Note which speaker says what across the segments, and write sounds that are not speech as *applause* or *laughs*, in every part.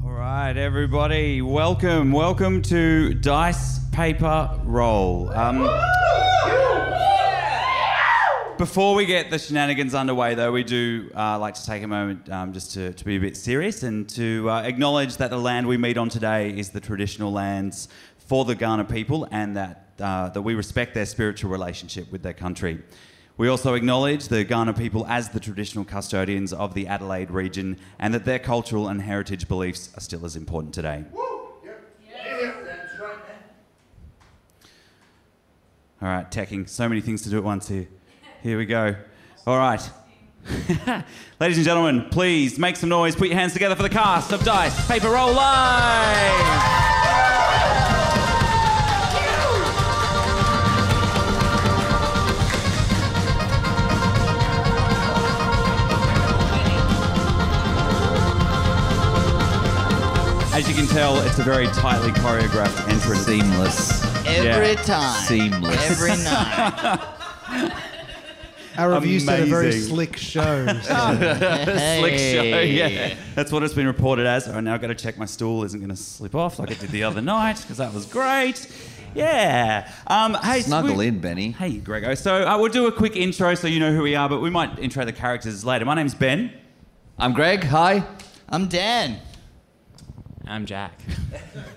Speaker 1: right, everybody, welcome, welcome to Dice Paper Roll. Um, before we get the shenanigans underway, though, we do uh, like to take a moment um, just to, to be a bit serious and to uh, acknowledge that the land we meet on today is the traditional lands for the Ghana people and that, uh, that we respect their spiritual relationship with their country. We also acknowledge the Ghana people as the traditional custodians of the Adelaide region and that their cultural and heritage beliefs are still as important today. All right, tacking. So many things to do at once here. Here we go. All right. *laughs* Ladies and gentlemen, please make some noise. Put your hands together for the cast of Dice Paper Roll Live. As you can tell, it's a very tightly choreographed entrance.
Speaker 2: Seamless.
Speaker 3: Every
Speaker 1: Yeah.
Speaker 3: time.
Speaker 2: Seamless.
Speaker 3: Every night.
Speaker 4: Our review said a very
Speaker 1: Amazing.
Speaker 4: slick show.
Speaker 1: Slick show,
Speaker 3: Hey.
Speaker 1: yeah. That's what it's been reported as. Oh, now I've got to check my stool isn't going to slip off like it did
Speaker 4: *laughs*
Speaker 1: the other night because that was great. Yeah. Um, hey, so
Speaker 2: *laughs* Snuggle
Speaker 1: we-
Speaker 2: in, Benny.
Speaker 1: Hey, Grego. So uh, we'll do a quick intro so you know who we are, but we might intro the characters later. My name's Ben.
Speaker 2: I'm Greg. Hi.
Speaker 3: I'm Dan.
Speaker 5: I'm Jack.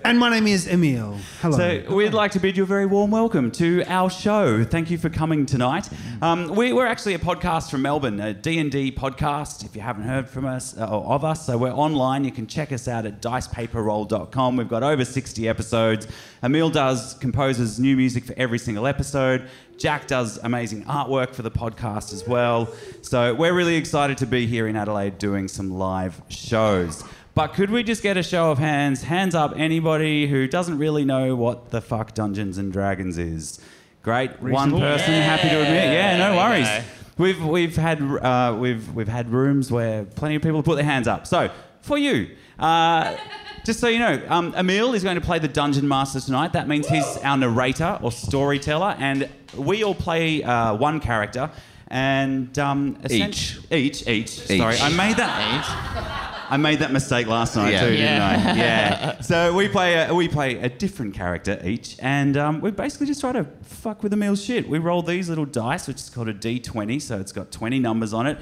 Speaker 4: and my name is Emil. Hello.
Speaker 1: So we'd like to bid you a very warm welcome to our show. Thank you for coming tonight. Um, we, we're actually a podcast from Melbourne, a D&D podcast, if you haven't heard from us uh, or of us. So we're online. You can check us out at dicepaperroll.com. We've got over 60 episodes. Emil does, composes new music for every single episode. Jack does amazing artwork for the podcast as well. So we're really excited to be here in Adelaide doing some live shows. But could we just get a show of hands? Hands up, anybody who doesn't really know what the fuck Dungeons and Dragons is. Great, one person happy to admit. Yeah, no worries. We've we've had uh, we've we've had rooms where plenty of people put their hands up. So for you. Uh, Just so you know, um, Emil is going to play the Dungeon Master tonight. That means he's our narrator or storyteller, and we all play uh, one character. And um, essen-
Speaker 2: Each.
Speaker 1: each, each.
Speaker 2: Each.
Speaker 1: Sorry, I made that. I made that mistake last night
Speaker 2: Yeah.
Speaker 1: too,
Speaker 3: Yeah.
Speaker 1: didn't I? Yeah. so we play a, we play a different character each, and um, we basically just try to fuck with Emil's shit. We roll these little dice, which is called a D20, so it's got 20 numbers on it.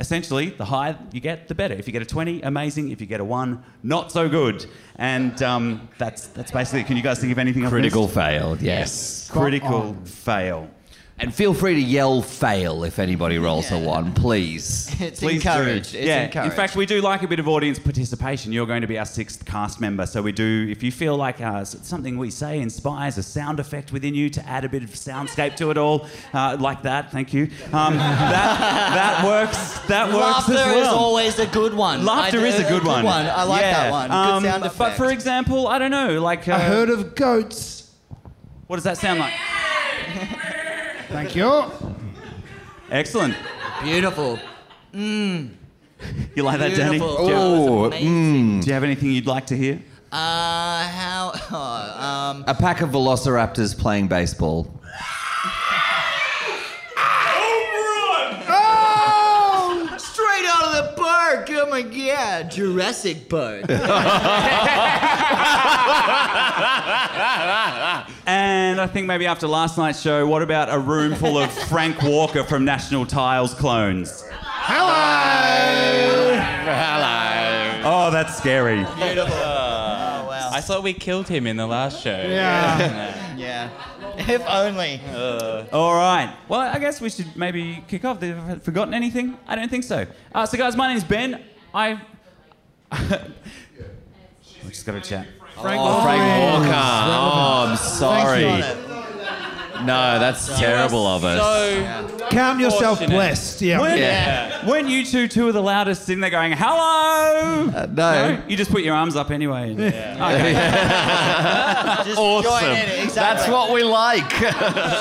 Speaker 1: Essentially, the higher you get, the better. If you get a 20, amazing. If you get a one, not so good. And um, that's that's basically. it. Can you guys think of anything? I've missed?
Speaker 2: failed, yes.
Speaker 1: critical fail.
Speaker 2: And feel free to yell fail if anybody rolls a one, please.
Speaker 3: *laughs* It's
Speaker 1: Please do.
Speaker 3: encouraged. It's
Speaker 1: yeah.
Speaker 3: encouraged.
Speaker 1: In fact, we do like a bit of audience participation. You're going to be our sixth cast member, so we do. If you feel like uh, s- something we say inspires a sound effect within you to add a bit of soundscape to it all, uh, like that. Thank you. Um, that, that works. That works
Speaker 3: Laughter
Speaker 1: as well.
Speaker 3: is always a good one.
Speaker 1: Laughter
Speaker 3: I-
Speaker 1: is a good one.
Speaker 3: I like
Speaker 1: Yeah.
Speaker 3: that one. Good
Speaker 1: Um,
Speaker 3: sound effect.
Speaker 1: But for example, I don't know, like uh,
Speaker 4: a herd of goats.
Speaker 1: what does that sound like?
Speaker 4: Thank you.
Speaker 1: Excellent.
Speaker 3: beautiful.
Speaker 1: You like that, Danny?
Speaker 3: Beautiful.
Speaker 1: Do you-
Speaker 2: Oh,
Speaker 3: That was amazing.
Speaker 1: do you have anything you'd like to hear?
Speaker 3: Uh, how? *laughs* Oh, um,
Speaker 2: A pack of velociraptors playing baseball.
Speaker 3: straight out of the park. Oh my god, Jurassic Park.
Speaker 1: And I think maybe after last night's show, what about a room full of Frank Walker from National Tiles clones?
Speaker 5: Hello.
Speaker 1: Oh, that's scary.
Speaker 3: oh wow.
Speaker 5: I thought we killed him in the last show.
Speaker 4: Yeah.
Speaker 3: *laughs* Yeah. If only.
Speaker 1: All right. Well, I guess we should maybe kick off. Have I forgotten anything? I don't think so. Uh, so, guys, my name's Ben. I. *laughs* we just got to chat.
Speaker 4: Frank
Speaker 2: Oh, Frank Walker. Oh, I'm sorry.
Speaker 4: Thanks,
Speaker 2: No, that's terrible of us.
Speaker 5: So
Speaker 4: Count yourself
Speaker 5: Fortunate.
Speaker 4: blessed. Yeah.
Speaker 1: Weren't,
Speaker 2: Yeah.
Speaker 1: weren't you two two of the loudest in there going, hello?
Speaker 2: Uh, no.
Speaker 1: You just put your arms up anyway.
Speaker 3: Just
Speaker 2: Awesome.
Speaker 3: join in. Exactly.
Speaker 2: That's what we like.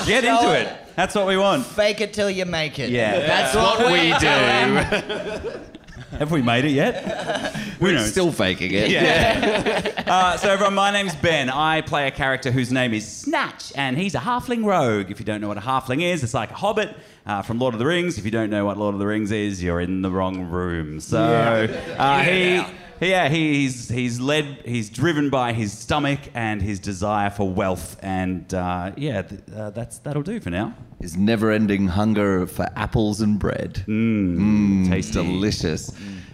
Speaker 1: Get into it. That's what we want.
Speaker 2: *laughs*
Speaker 3: Fake it till you make it.
Speaker 1: Yeah.
Speaker 3: That's what we
Speaker 2: do. *laughs*
Speaker 1: Have we made it yet? Who knows?
Speaker 2: Still faking it.
Speaker 1: Yeah. *laughs* uh, so, everyone, my name's Ben. I play a character whose name is Snatch, and he's a halfling rogue. If you don't know what a halfling is, it's like a hobbit uh, from Lord of the Rings. If you don't know what Lord of the Rings is, you're in the wrong room. So, uh, he. Yeah, he's he's led, he's driven by his stomach and his desire for wealth, and uh, yeah, th- uh, that's that'll do for now.
Speaker 2: His never-ending hunger for apples and bread.
Speaker 1: Tasty.
Speaker 2: Delicious.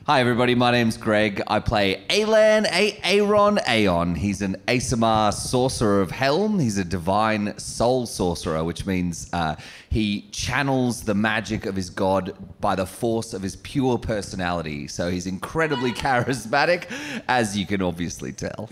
Speaker 2: Hi, everybody. My name's Greg. I play Alan, A- Aaron, Aeon. He's an Asamar sorcerer of Helm. He's a divine soul sorcerer, which means uh, he channels the magic of his god by the force of his pure personality. So he's incredibly charismatic, as you can obviously tell.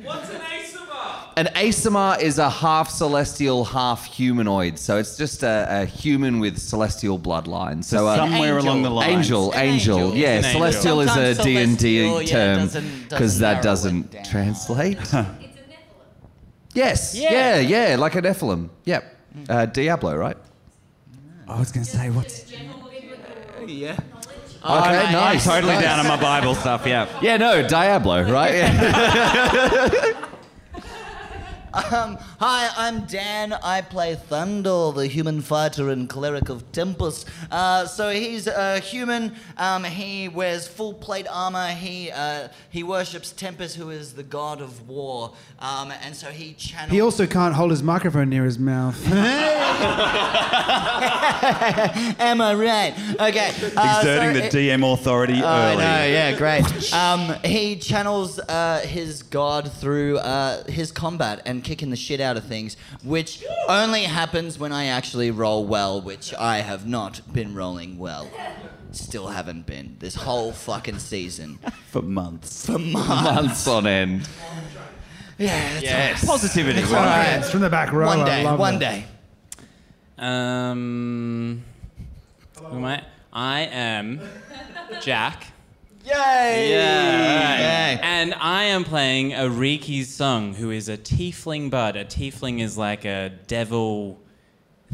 Speaker 2: An Asamar is a half celestial, half humanoid. So it's just a, a human with celestial bloodline. So, uh,
Speaker 1: Somewhere
Speaker 3: angel.
Speaker 1: along the line.
Speaker 2: Angel,
Speaker 3: An
Speaker 2: angel,
Speaker 3: angel.
Speaker 2: yeah.
Speaker 5: It's an angel.
Speaker 2: celestial is
Speaker 3: Sometimes
Speaker 2: a D and
Speaker 3: celestial,
Speaker 2: D
Speaker 3: yeah,
Speaker 2: term
Speaker 3: doesn't-
Speaker 2: because
Speaker 3: doesn't
Speaker 2: that
Speaker 3: narrow
Speaker 2: doesn't
Speaker 3: it down.
Speaker 2: translate.
Speaker 6: It's a Nephilim.
Speaker 2: yes, yeah.
Speaker 5: Yeah.
Speaker 2: yeah, like a Nephilim. Yep,
Speaker 3: Mm.
Speaker 2: uh, Diablo, right?
Speaker 1: I was going to say what's
Speaker 6: Just general biblical
Speaker 3: Yeah.
Speaker 6: knowledge. Oh,
Speaker 2: okay,
Speaker 3: right,
Speaker 2: nice.
Speaker 1: totally
Speaker 2: nice.
Speaker 1: down on my Bible stuff. Yeah.
Speaker 2: Yeah, no, Diablo, right? *laughs* Yeah.
Speaker 3: *laughs* Hi, I'm Dan. I play Thundel, the human fighter and cleric of Tempest. Uh, so he's a human. Um, he wears full plate armor. He uh, he worships Tempest, who is the god of war. Um, and so he channels.
Speaker 4: He also can't hold his microphone near his mouth.
Speaker 3: Am I right? Okay. uh,
Speaker 1: Exerting
Speaker 3: so
Speaker 1: the
Speaker 3: it-
Speaker 1: DM authority
Speaker 3: I
Speaker 1: early.
Speaker 3: know, Oh, yeah, *laughs* great. Um, he channels uh, his god through uh, his combat and kicking the shit out of things, which only happens when I actually roll well, which I have not been rolling well. Still haven't been this whole
Speaker 1: *laughs*
Speaker 3: fucking season.
Speaker 1: For months.
Speaker 3: For months.
Speaker 2: Months on end.
Speaker 3: Yeah, it's
Speaker 1: Positivity.
Speaker 3: all right.
Speaker 4: It's from the back row.
Speaker 3: One
Speaker 4: I
Speaker 3: day,
Speaker 4: love
Speaker 3: one
Speaker 4: it.
Speaker 3: day.
Speaker 5: Um, who am I? I am Jack.
Speaker 3: Yay!
Speaker 5: Yeah.
Speaker 3: Yay.
Speaker 5: And I am playing a Riki's Song, who is a tiefling bud. A tiefling is like a devil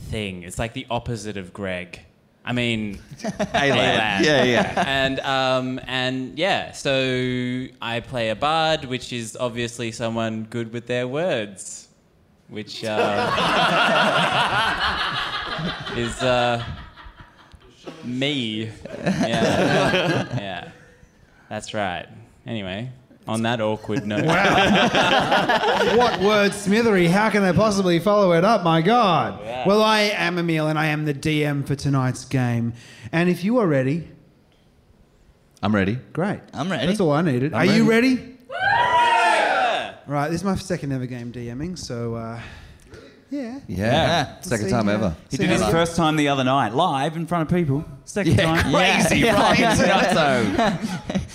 Speaker 5: thing. It's like the opposite of Greg. I mean,
Speaker 2: *laughs*
Speaker 5: Alan.
Speaker 2: Yeah, yeah.
Speaker 5: and um, and yeah, so I play a bard, which is obviously someone good with their words, which uh, is uh, me. Yeah,
Speaker 1: *laughs*
Speaker 5: yeah, that's right. Anyway, on
Speaker 1: *laughs*
Speaker 5: that awkward note,
Speaker 4: What word smithery? How can they possibly follow it up? My God. Well, I am Emil and I am the DM for tonight's game. And if you are ready,
Speaker 2: I'm ready.
Speaker 4: great.
Speaker 3: I'm ready.
Speaker 4: That's all I needed.
Speaker 2: I'm
Speaker 4: are you ready? Right, this is my second ever game DMing, so uh, yeah.
Speaker 2: Yeah.
Speaker 3: Yeah.
Speaker 2: Second
Speaker 4: See,
Speaker 2: time
Speaker 4: yeah. *laughs*
Speaker 2: ever.
Speaker 1: He
Speaker 4: See
Speaker 1: did his
Speaker 4: how-
Speaker 1: first time the other night, live in front of people. Second time.
Speaker 2: Crazy, right?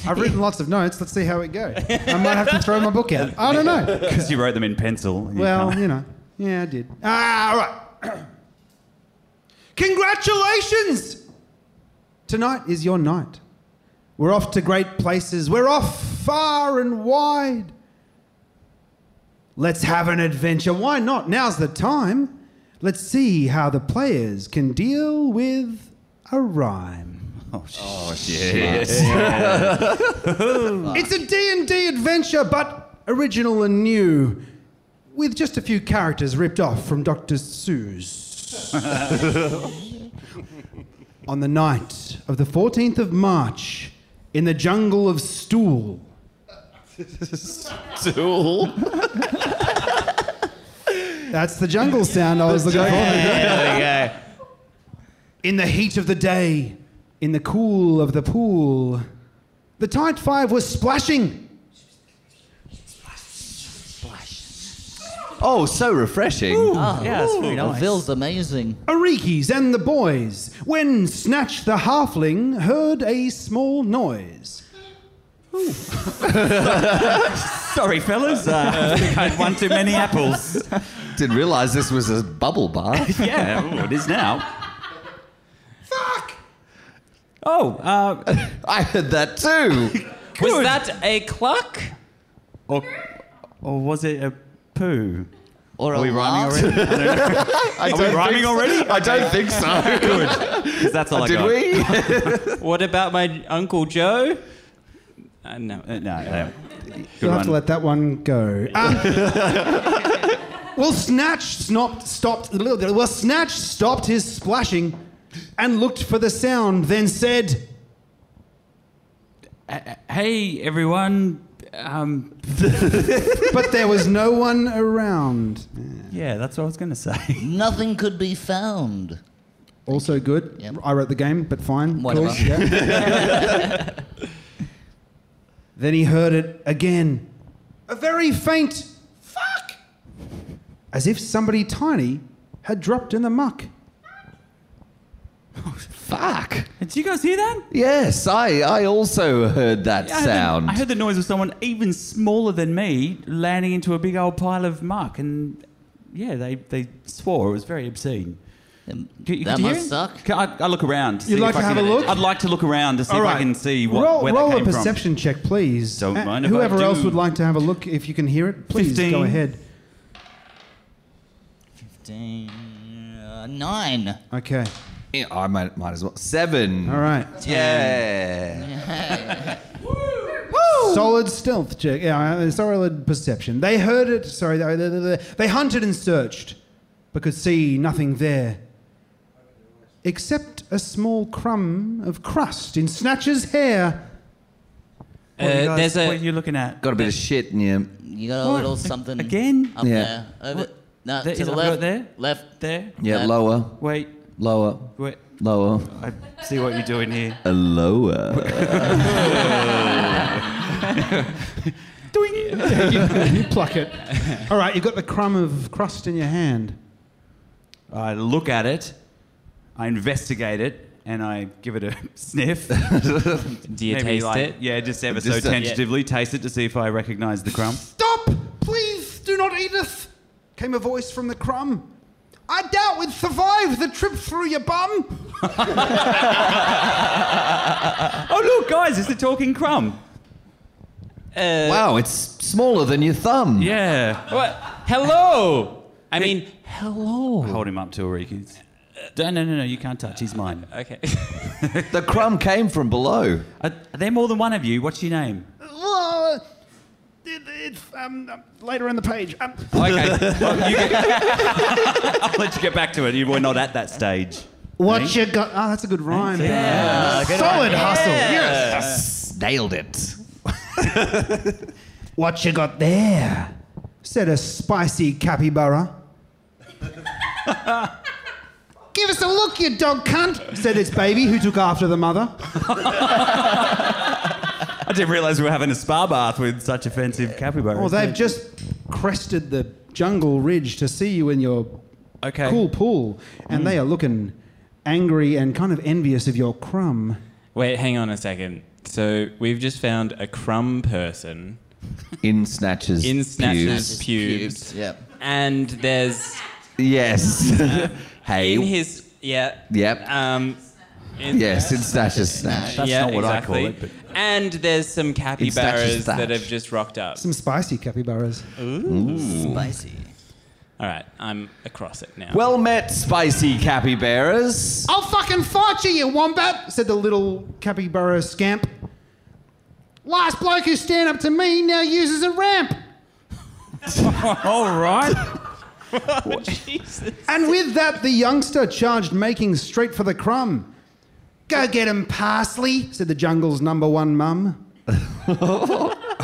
Speaker 4: I've written lots of notes. Let's see how it goes. I might have to throw my book out. I don't know.
Speaker 1: Because you wrote them in pencil. and you
Speaker 4: Well,
Speaker 1: can't-
Speaker 4: you know. Yeah, I did. Ah, all right. *clears throat* Congratulations! Tonight is your night. We're off to great places. We're off far and wide. Let's have an adventure. Why not? Now's the time. Let's see how the players can deal with a rhyme.
Speaker 1: Oh, shit.
Speaker 4: *laughs* It's a D&D adventure, but original and new, with just a few characters ripped off from Dr. Seuss. On the night of the 14th of March, in the jungle of Stool,
Speaker 1: *laughs*
Speaker 2: Tool.
Speaker 4: that's the jungle sound I was looking for.
Speaker 2: yeah,
Speaker 4: In the heat of the day, in the cool of the pool, the tight five was splashing.
Speaker 2: Oh, so refreshing.
Speaker 1: yeah, it's really nice.
Speaker 3: Bill's amazing.
Speaker 4: Arikis and the boys, when Snatch the halfling heard a small noise.
Speaker 1: Sorry, fellas. Uh, I think I had one too many apples. *laughs*
Speaker 2: Didn't realize this was a bubble bath.
Speaker 1: Yeah, ooh, it is now. Fuck! Oh, uh,
Speaker 2: I heard that too.
Speaker 5: was that a cluck?
Speaker 1: or, or was it a poo?
Speaker 3: Or
Speaker 1: Are
Speaker 3: a
Speaker 1: we rhyming
Speaker 3: laugh?
Speaker 1: already? I don't know.
Speaker 2: I
Speaker 1: Are we rhyming already?
Speaker 2: I don't think *laughs* so.
Speaker 1: 'Cause that's all I
Speaker 2: Did
Speaker 1: got.
Speaker 2: we?
Speaker 5: What about my Uncle Joe? Uh, no.
Speaker 1: Uh, no, no. Good
Speaker 4: You'll have
Speaker 1: one.
Speaker 4: to let that one go. *laughs* Um, well, Snatch snopped, stopped. Well, Snatch stopped his splashing and looked for the sound, then said,
Speaker 1: hey, everyone. Um,
Speaker 4: but there was no one around.
Speaker 1: yeah, that's what I was going to say.
Speaker 3: *laughs*
Speaker 1: *laughs*
Speaker 3: Nothing could be found.
Speaker 4: Also good.
Speaker 3: Yep.
Speaker 4: I wrote the game, but fine.
Speaker 3: Whatever.
Speaker 4: Cool.
Speaker 3: *laughs*
Speaker 4: Yeah. then he heard it again. A very faint fuck. As if somebody tiny had dropped in the muck.
Speaker 2: Fuck.
Speaker 1: Did you guys hear that?
Speaker 2: Yes, I, I also heard that
Speaker 1: I heard the-
Speaker 2: sound.
Speaker 1: I heard the noise of someone even smaller than me landing into a big old pile of muck, and yeah, they, they swore it was very obscene.
Speaker 3: Um,
Speaker 1: Could-
Speaker 3: that
Speaker 1: could you hear
Speaker 3: must
Speaker 1: it?
Speaker 3: suck.
Speaker 1: Can I, I look around. to
Speaker 4: You'd
Speaker 1: see if
Speaker 4: like
Speaker 1: I
Speaker 4: to
Speaker 1: can-
Speaker 4: have a look?
Speaker 1: I'd like to look around to see
Speaker 4: All
Speaker 1: if
Speaker 4: right.
Speaker 1: I can see what,
Speaker 4: roll,
Speaker 1: where
Speaker 4: roll
Speaker 1: that came
Speaker 4: a perception check, please. Uh,
Speaker 1: Don't mind if
Speaker 4: Whoever
Speaker 1: I
Speaker 4: else
Speaker 1: do.
Speaker 4: would like to have a look, if you can hear it, please go
Speaker 1: 15.
Speaker 4: ahead.
Speaker 3: Fifteen, uh, Nine.
Speaker 4: Okay.
Speaker 2: Yeah, I might, might as well. Seven.
Speaker 4: All right.
Speaker 2: Yeah.
Speaker 4: Solid stealth check. Yeah, uh, solid perception. They heard it. Sorry, they, they- they- they hunted and searched, but could see nothing there, except a small crumb of crust in Snatcher's hair.
Speaker 5: Uh,
Speaker 1: What, are you guys-
Speaker 5: there's
Speaker 1: what are
Speaker 5: a.
Speaker 1: you looking at?
Speaker 2: Got a bit of shit in you.
Speaker 3: You got a
Speaker 1: What?
Speaker 3: little something
Speaker 1: Again?
Speaker 3: up
Speaker 2: Yeah.
Speaker 3: there. Over.
Speaker 1: What?
Speaker 3: No,
Speaker 1: There-
Speaker 3: to
Speaker 1: is
Speaker 3: the
Speaker 1: it
Speaker 3: left.
Speaker 1: right there?
Speaker 3: Left.
Speaker 1: There.
Speaker 2: Yeah,
Speaker 3: Uh,
Speaker 2: lower,
Speaker 1: Wait,
Speaker 2: lower,
Speaker 1: wait.
Speaker 2: lower,
Speaker 1: I see what you're doing here.
Speaker 2: uh,
Speaker 1: *laughs*
Speaker 2: lower.
Speaker 4: *laughs* you pluck it. All right, you've got the crumb of crust in your hand.
Speaker 1: I look at it, I investigate it, and I give it a *laughs* sniff.
Speaker 5: Do you
Speaker 1: Maybe
Speaker 5: taste
Speaker 1: like-
Speaker 5: it?
Speaker 1: Yeah, just ever
Speaker 4: uh,
Speaker 2: Just
Speaker 1: so
Speaker 2: a-
Speaker 1: tentatively taste it to see if I recognize the crumb.
Speaker 4: Stop! Please do not eat it! Came a voice from the crumb. I doubt we'd survive the trip through your bum.
Speaker 1: oh look, guys, it's a talking crumb.
Speaker 5: Uh,
Speaker 2: wow, it's smaller than your thumb.
Speaker 1: Yeah.
Speaker 5: What? Hello. I mean, hello.
Speaker 1: Oh. Hold him up to Oriki's. No, no, no, no, you can't touch. He's mine.
Speaker 5: *laughs* Okay.
Speaker 2: The crumb came from below.
Speaker 1: Are, are there more than one of you? What's your name? *laughs*
Speaker 4: Well, it, it's um, um, later in the page. Um,
Speaker 5: okay.
Speaker 1: I'll let you get back to it. You were not at that stage.
Speaker 4: What you got? Oh, that's a good rhyme. Solid hustle. Yes.
Speaker 2: Nailed it.
Speaker 4: What you got there? Said a spicy capybara. Give us a look, you dog cunt, said its baby, who took after the mother.
Speaker 1: I didn't realize we were having a spa bath with such offensive capybara.
Speaker 4: Well, they've just crested the jungle ridge to see you in your
Speaker 1: Okay.
Speaker 4: cool pool, and they are looking angry and kind of envious of your crumb.
Speaker 5: Wait, hang on a second. So we've just found a crumb person
Speaker 2: In snatches.
Speaker 5: in
Speaker 2: pubes.
Speaker 5: Snatcher's pubes,
Speaker 3: Pubes, Yep.
Speaker 5: and there's
Speaker 2: Yes. *laughs* hey.
Speaker 5: in his yeah.
Speaker 2: Yep.
Speaker 5: Um. In,
Speaker 2: yes, in snatches. Snatch.
Speaker 1: That's
Speaker 5: yeah,
Speaker 1: not what I call
Speaker 5: exactly.
Speaker 1: it, but-
Speaker 5: And there's some capybaras that have just rocked up.
Speaker 4: Some spicy capybaras.
Speaker 3: Spicy.
Speaker 5: All right, I'm across it now.
Speaker 2: Well met, spicy capybaras.
Speaker 4: I'll fucking fight you, you wombat, said the little capybara scamp. Last bloke who stand up to me now uses a ramp.
Speaker 1: *laughs* All right.
Speaker 4: And with that, the youngster charged, making straight for the crumb. Go get him, parsley, said the jungle's number one mum.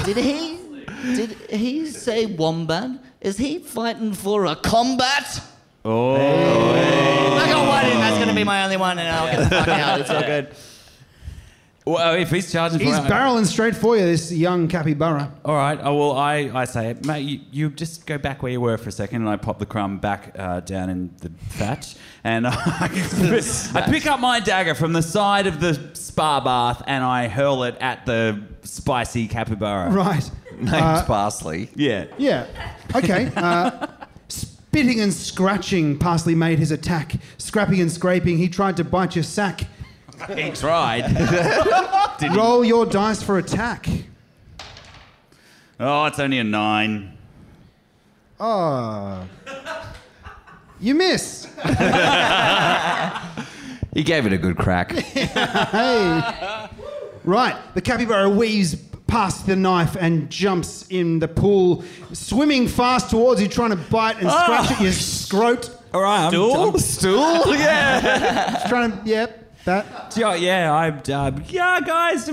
Speaker 3: Did he? Did he say wombat? Is he fighting for a combat? Oh. I got one, and that's gonna be my only one, and I'll get the fuck out. It's all good.
Speaker 1: Well, if he's charging for
Speaker 4: He's
Speaker 1: it,
Speaker 4: barreling straight for you, this young capybara.
Speaker 1: All right. Oh, well, I, I say, mate, you, you just go back where you were for a second, and I pop the crumb back uh, down in the thatch, and *laughs* I, I pick up my dagger from the side of the spa bath, and I hurl it at the spicy capybara. *laughs*
Speaker 4: Right.
Speaker 1: Uh,
Speaker 2: Named Parsley.
Speaker 1: Yeah.
Speaker 4: Yeah. Okay. Uh, spitting and scratching, Parsley made his attack. Scrapping and scraping, he tried to bite your sack.
Speaker 1: He tried. *laughs*
Speaker 4: Roll your dice for attack.
Speaker 1: oh, it's only a nine.
Speaker 4: Oh. You missed.
Speaker 2: He gave it a
Speaker 1: *laughs*
Speaker 2: good crack.
Speaker 4: Right, the capybara weaves past the knife and jumps in the pool, swimming fast towards you, trying to bite and scratch at your scrot.
Speaker 1: Oh. All right, I'm,
Speaker 5: Stool?
Speaker 1: I'm stool. *laughs* Yeah.
Speaker 4: Just trying to, yep, that.
Speaker 1: Yeah, yeah, I'm. Um, yeah, guys,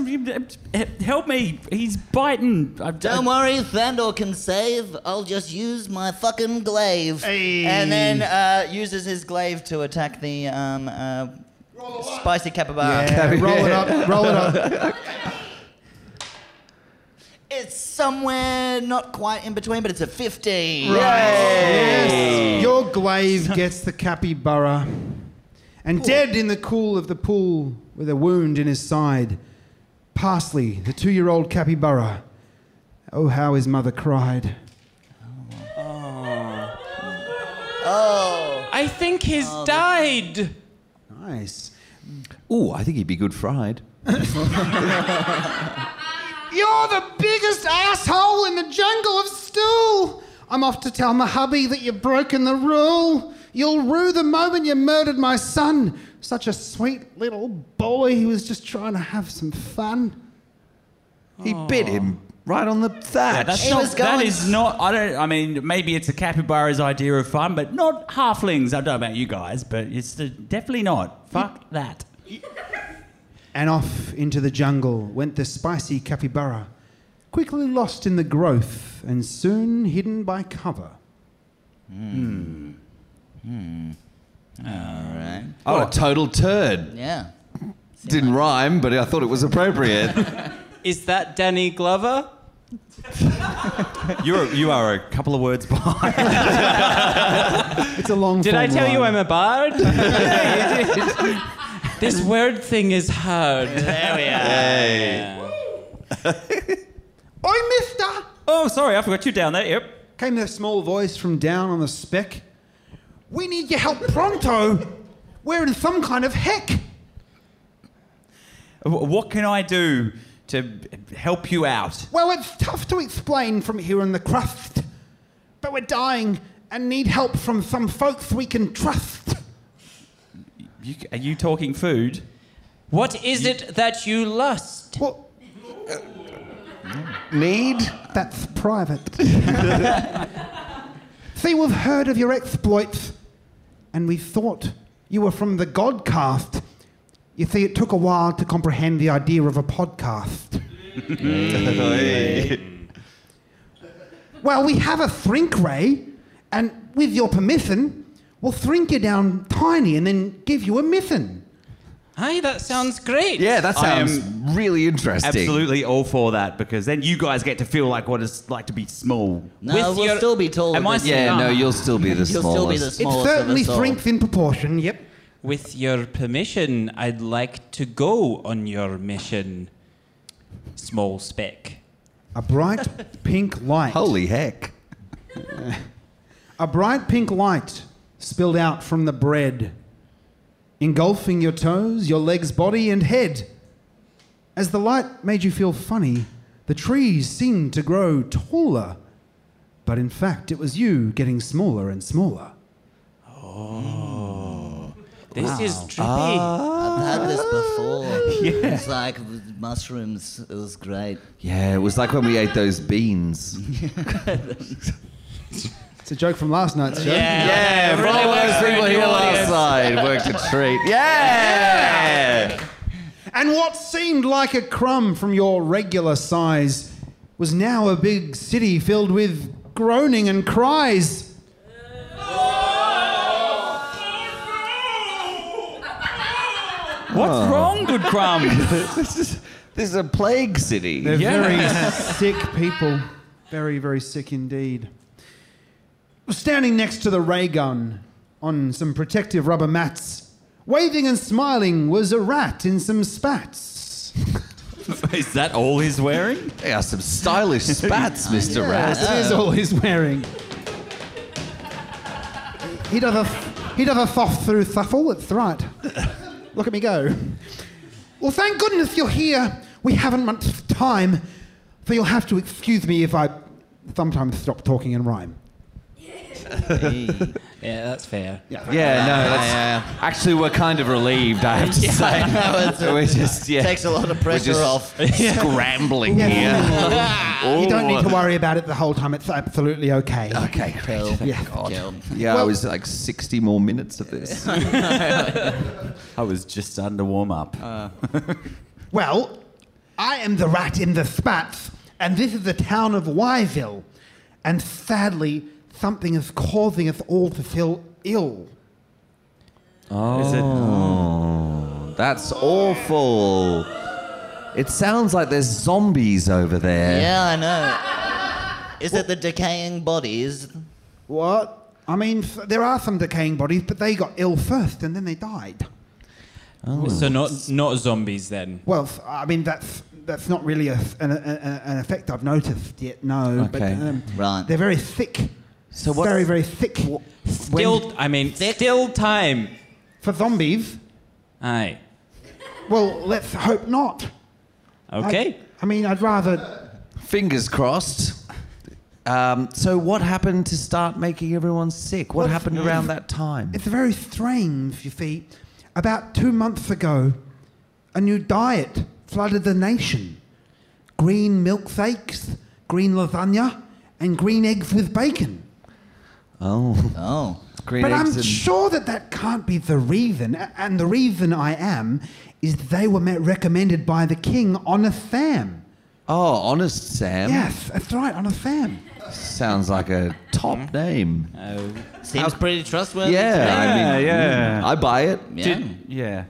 Speaker 1: help me. He's biting. I'm,
Speaker 3: Don't worry, Thandor can save. I'll just use my fucking glaive.
Speaker 4: Hey.
Speaker 3: And then uh, uses his glaive to attack the um, uh, spicy capybara.
Speaker 4: Yeah, roll it up, roll it up.
Speaker 3: It's somewhere not quite in between, but it's a 50.
Speaker 4: Yes, your
Speaker 5: *laughs*
Speaker 4: glaive gets the capybara. And dead in the cool of the pool with a wound in his side, Parsley, the two year old capybara. Oh, how his mother cried.
Speaker 5: I think he's died.
Speaker 4: Nice.
Speaker 2: Ooh, I think he'd be good fried.
Speaker 4: You're the biggest asshole in the jungle of stool. I'm off to tell my hubby that you've broken the rule. You'll rue the moment you murdered my son. Such a sweet little boy. He was just trying to have some fun.
Speaker 2: He bit him right on the thatch.
Speaker 1: Oh. That's
Speaker 3: He
Speaker 1: not,
Speaker 3: was
Speaker 1: that
Speaker 3: going-
Speaker 1: is not. I don't. I mean, maybe it's a capybara's idea of fun, but not halflings. I don't know about you guys, but it's the, definitely not. Fuck that.
Speaker 4: And off into the jungle went the spicy capybara, quickly lost in the growth and soon hidden by cover.
Speaker 3: All right.
Speaker 2: oh, a total turd.
Speaker 3: Yeah.
Speaker 2: Didn't rhyme, but I thought it was appropriate.
Speaker 1: *laughs*
Speaker 5: Is that Danny Glover?
Speaker 1: You're you are a couple of words behind.
Speaker 4: It's a long
Speaker 5: Did I
Speaker 4: form
Speaker 5: tell you
Speaker 4: line.
Speaker 5: I'm a bard? *laughs* this word thing is hard. There we are.
Speaker 4: Oi, mister!
Speaker 1: *laughs* oh, sorry, I forgot you down there. Yep.
Speaker 4: Came a small voice from down on the speck. We need your help pronto. We're in some kind of heck.
Speaker 1: Wh- What can I do to help you out?
Speaker 4: Well, it's tough to explain from here in the crust, but we're dying and need help from some folks we can trust.
Speaker 1: You, are you talking food?
Speaker 5: What is it that you lust?
Speaker 4: Well,
Speaker 2: Need?
Speaker 4: that's private. *laughs* See, we've heard of your exploits, and we thought you were from the God caste. You see, it took a while to comprehend the idea of a podcast. Well, we have a shrink ray, and with your permission, we'll shrink you down tiny and then give you a miffin.
Speaker 5: Hi, that sounds great.
Speaker 2: Yeah, that
Speaker 1: I am
Speaker 2: sounds really interesting.
Speaker 1: Absolutely, all for that because then you guys get to feel like what it's like to be small.
Speaker 3: No,
Speaker 5: With
Speaker 3: we'll
Speaker 5: your-
Speaker 3: still be taller.
Speaker 1: Am I
Speaker 3: than-
Speaker 2: Yeah, no, you'll still be
Speaker 1: *laughs*
Speaker 2: the
Speaker 3: *laughs* You'll
Speaker 2: smallest.
Speaker 3: still be the
Speaker 4: It
Speaker 3: smallest.
Speaker 4: certainly
Speaker 3: of us all.
Speaker 4: shrinks in proportion, yep.
Speaker 5: With your permission, I'd like to go on your mission, small speck.
Speaker 4: A bright pink light.
Speaker 2: Holy heck.
Speaker 4: A bright pink light spilled out from the bread, engulfing your toes, your legs, body, and head. As the light made you feel funny, the trees seemed to grow taller, but in fact, it was you getting smaller and smaller.
Speaker 5: This is trippy.
Speaker 3: I've had this before. yeah. It's like with mushrooms. It was great.
Speaker 2: Yeah, it was like when we ate those beans.
Speaker 4: It's a joke from last night's show.
Speaker 5: Yeah,
Speaker 2: Yeah,
Speaker 5: it
Speaker 2: for all
Speaker 5: works
Speaker 2: those
Speaker 5: for
Speaker 2: people here
Speaker 5: everyone.
Speaker 2: last side worked a treat. Yeah!
Speaker 4: And what seemed like a crumb from your regular size was now a big city filled with groaning and cries.
Speaker 1: What's wrong, good crumbs?
Speaker 2: *laughs* this, is, this is a plague city.
Speaker 4: They're
Speaker 1: Yeah.
Speaker 4: very sick people. Very, very sick indeed. Standing next to the ray gun on some protective rubber mats, waving and smiling was a rat in some spats.
Speaker 1: *laughs* is that all he's wearing?
Speaker 2: They are some *laughs* stylish spats, Mr. Rat.
Speaker 4: That is all he's wearing. He does a he does a soft through thuffle. It's right. Look at me go. Well, thank goodness you're here. We haven't much time, so you'll have to excuse me if I sometimes stop talking and rhyme.
Speaker 5: Yeah, that's fair.
Speaker 2: Yeah, no, that's,
Speaker 3: yeah.
Speaker 2: actually we're kind of relieved. I have to say, *laughs* we're just yeah,
Speaker 3: Takes a lot
Speaker 2: *laughs*
Speaker 3: of
Speaker 2: we're
Speaker 3: pressure
Speaker 2: just
Speaker 3: off.
Speaker 2: scrambling
Speaker 4: Yeah.
Speaker 2: here.
Speaker 4: *laughs* You don't need to worry about it the whole time. It's absolutely okay.
Speaker 2: Okay, great. Thank
Speaker 4: Yeah.
Speaker 2: God.
Speaker 3: Kill.
Speaker 2: Yeah, I was like 60 more minutes of this.
Speaker 1: I was just starting to warm up.
Speaker 4: Well, I am the rat in the spats, and this is the town of Wyville. And sadly, something is causing us all to feel ill.
Speaker 1: Is it?
Speaker 2: That's awful. It sounds like there's zombies over there.
Speaker 3: Yeah, I
Speaker 2: *laughs*
Speaker 3: know. Is it the decaying bodies?
Speaker 4: What? I mean, f- there are some decaying bodies, but they got ill first and then they died.
Speaker 5: So not not zombies then.
Speaker 4: Well, f- I mean, that's that's not really a, an, a- a- an effect I've noticed yet, no.
Speaker 2: Okay.
Speaker 4: But, um,
Speaker 3: Right.
Speaker 4: They're very thick.
Speaker 2: So what-
Speaker 4: Very, very thick. When-
Speaker 5: Still, I mean, still time.
Speaker 4: for zombies,
Speaker 5: Aye.
Speaker 4: well, let's hope not.
Speaker 5: Okay.
Speaker 4: I mean, I'd rather.
Speaker 2: Fingers crossed. Um, so what happened to start making everyone sick? What
Speaker 4: Well,
Speaker 2: happened around that time?
Speaker 4: It's very strange, you see. About two months ago, a new diet flooded the nation green milkshakes, green lasagna, and green eggs with bacon.
Speaker 2: Oh,
Speaker 3: Oh.
Speaker 2: green
Speaker 4: But
Speaker 2: eggs
Speaker 4: I'm
Speaker 2: and-
Speaker 4: sure that that can't be the reason. a- And the reason I am is they were met, recommended by the king on a fam.
Speaker 2: Oh, honest Sam.
Speaker 4: yes, that's right, on a fam.
Speaker 2: Sounds like a top name.
Speaker 5: Oh.
Speaker 3: Seems pretty trustworthy.
Speaker 2: yeah,
Speaker 3: to me.
Speaker 2: I mean, mm,
Speaker 1: yeah.
Speaker 2: I buy it.
Speaker 3: Yeah.
Speaker 1: Did- yeah.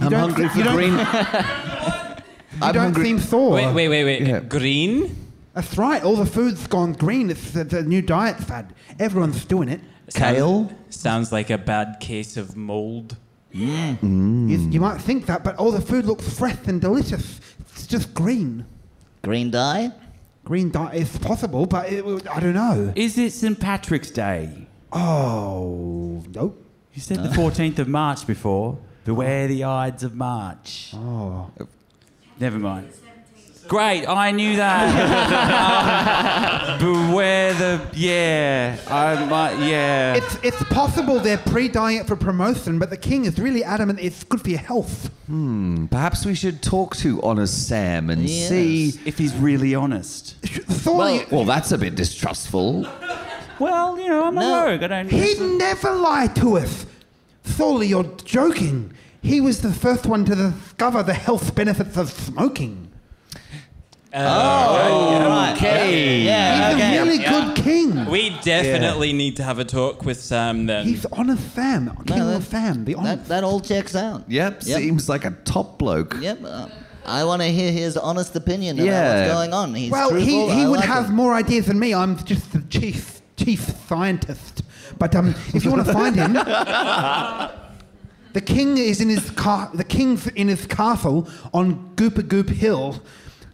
Speaker 2: I'm
Speaker 4: don't-
Speaker 2: hungry
Speaker 4: you
Speaker 2: for
Speaker 4: don't-
Speaker 2: green.
Speaker 4: You
Speaker 2: I'm
Speaker 4: don't
Speaker 2: hungry.
Speaker 4: seem sore.
Speaker 5: Wait, wait, wait, wait.
Speaker 2: Yeah.
Speaker 5: Green?
Speaker 4: That's right, all the food's gone green. It's the, the new diet fad. Everyone's doing it.
Speaker 2: Kale?
Speaker 5: Sounds, like a bad case of mold.
Speaker 4: You, you might think that, but all the food looks fresh and delicious. It's just green.
Speaker 3: Green dye?
Speaker 4: Green diet is possible, but it, I don't know.
Speaker 1: Is it St. Patrick's Day?
Speaker 4: Oh, nope.
Speaker 1: You said the 14th of March before. Beware the Ides of March. Oh. Never mind. Great, I knew that. Um, beware the. Yeah. I might. Yeah.
Speaker 4: It's, it's possible they're pre-dyeing it for promotion, but the king is really adamant it's good for your health.
Speaker 2: Perhaps we should talk to honest Sam and
Speaker 3: Yes.
Speaker 2: see.
Speaker 1: If he's really honest.
Speaker 4: Surely,
Speaker 2: Well, that's a bit distrustful.
Speaker 1: Well, you know, I'm
Speaker 3: No.
Speaker 1: a rogue. I don't.
Speaker 4: he never lied to us. Surely you're joking. He was the first one to discover the health benefits of smoking.
Speaker 2: Okay.
Speaker 4: He's
Speaker 3: Yeah, okay.
Speaker 4: a really good king.
Speaker 5: *laughs* We definitely need to have a talk with Sam then.
Speaker 4: He's on a fam, king
Speaker 3: that-
Speaker 4: of fam. The honor.
Speaker 3: That, that all checks out.
Speaker 2: Yep, seems like a top bloke.
Speaker 3: Yep. uh, I want to hear his honest opinion about
Speaker 2: Yeah.
Speaker 3: what's going on. He's
Speaker 4: well, he,
Speaker 3: truthful,
Speaker 4: he
Speaker 3: I
Speaker 4: would
Speaker 3: like
Speaker 4: have
Speaker 3: it.
Speaker 4: more ideas than me. I'm just the chief chief scientist. But um, if you want
Speaker 3: *laughs*
Speaker 4: to find him, the king is in his car. The king's in his castle on Goopa Goop Hill.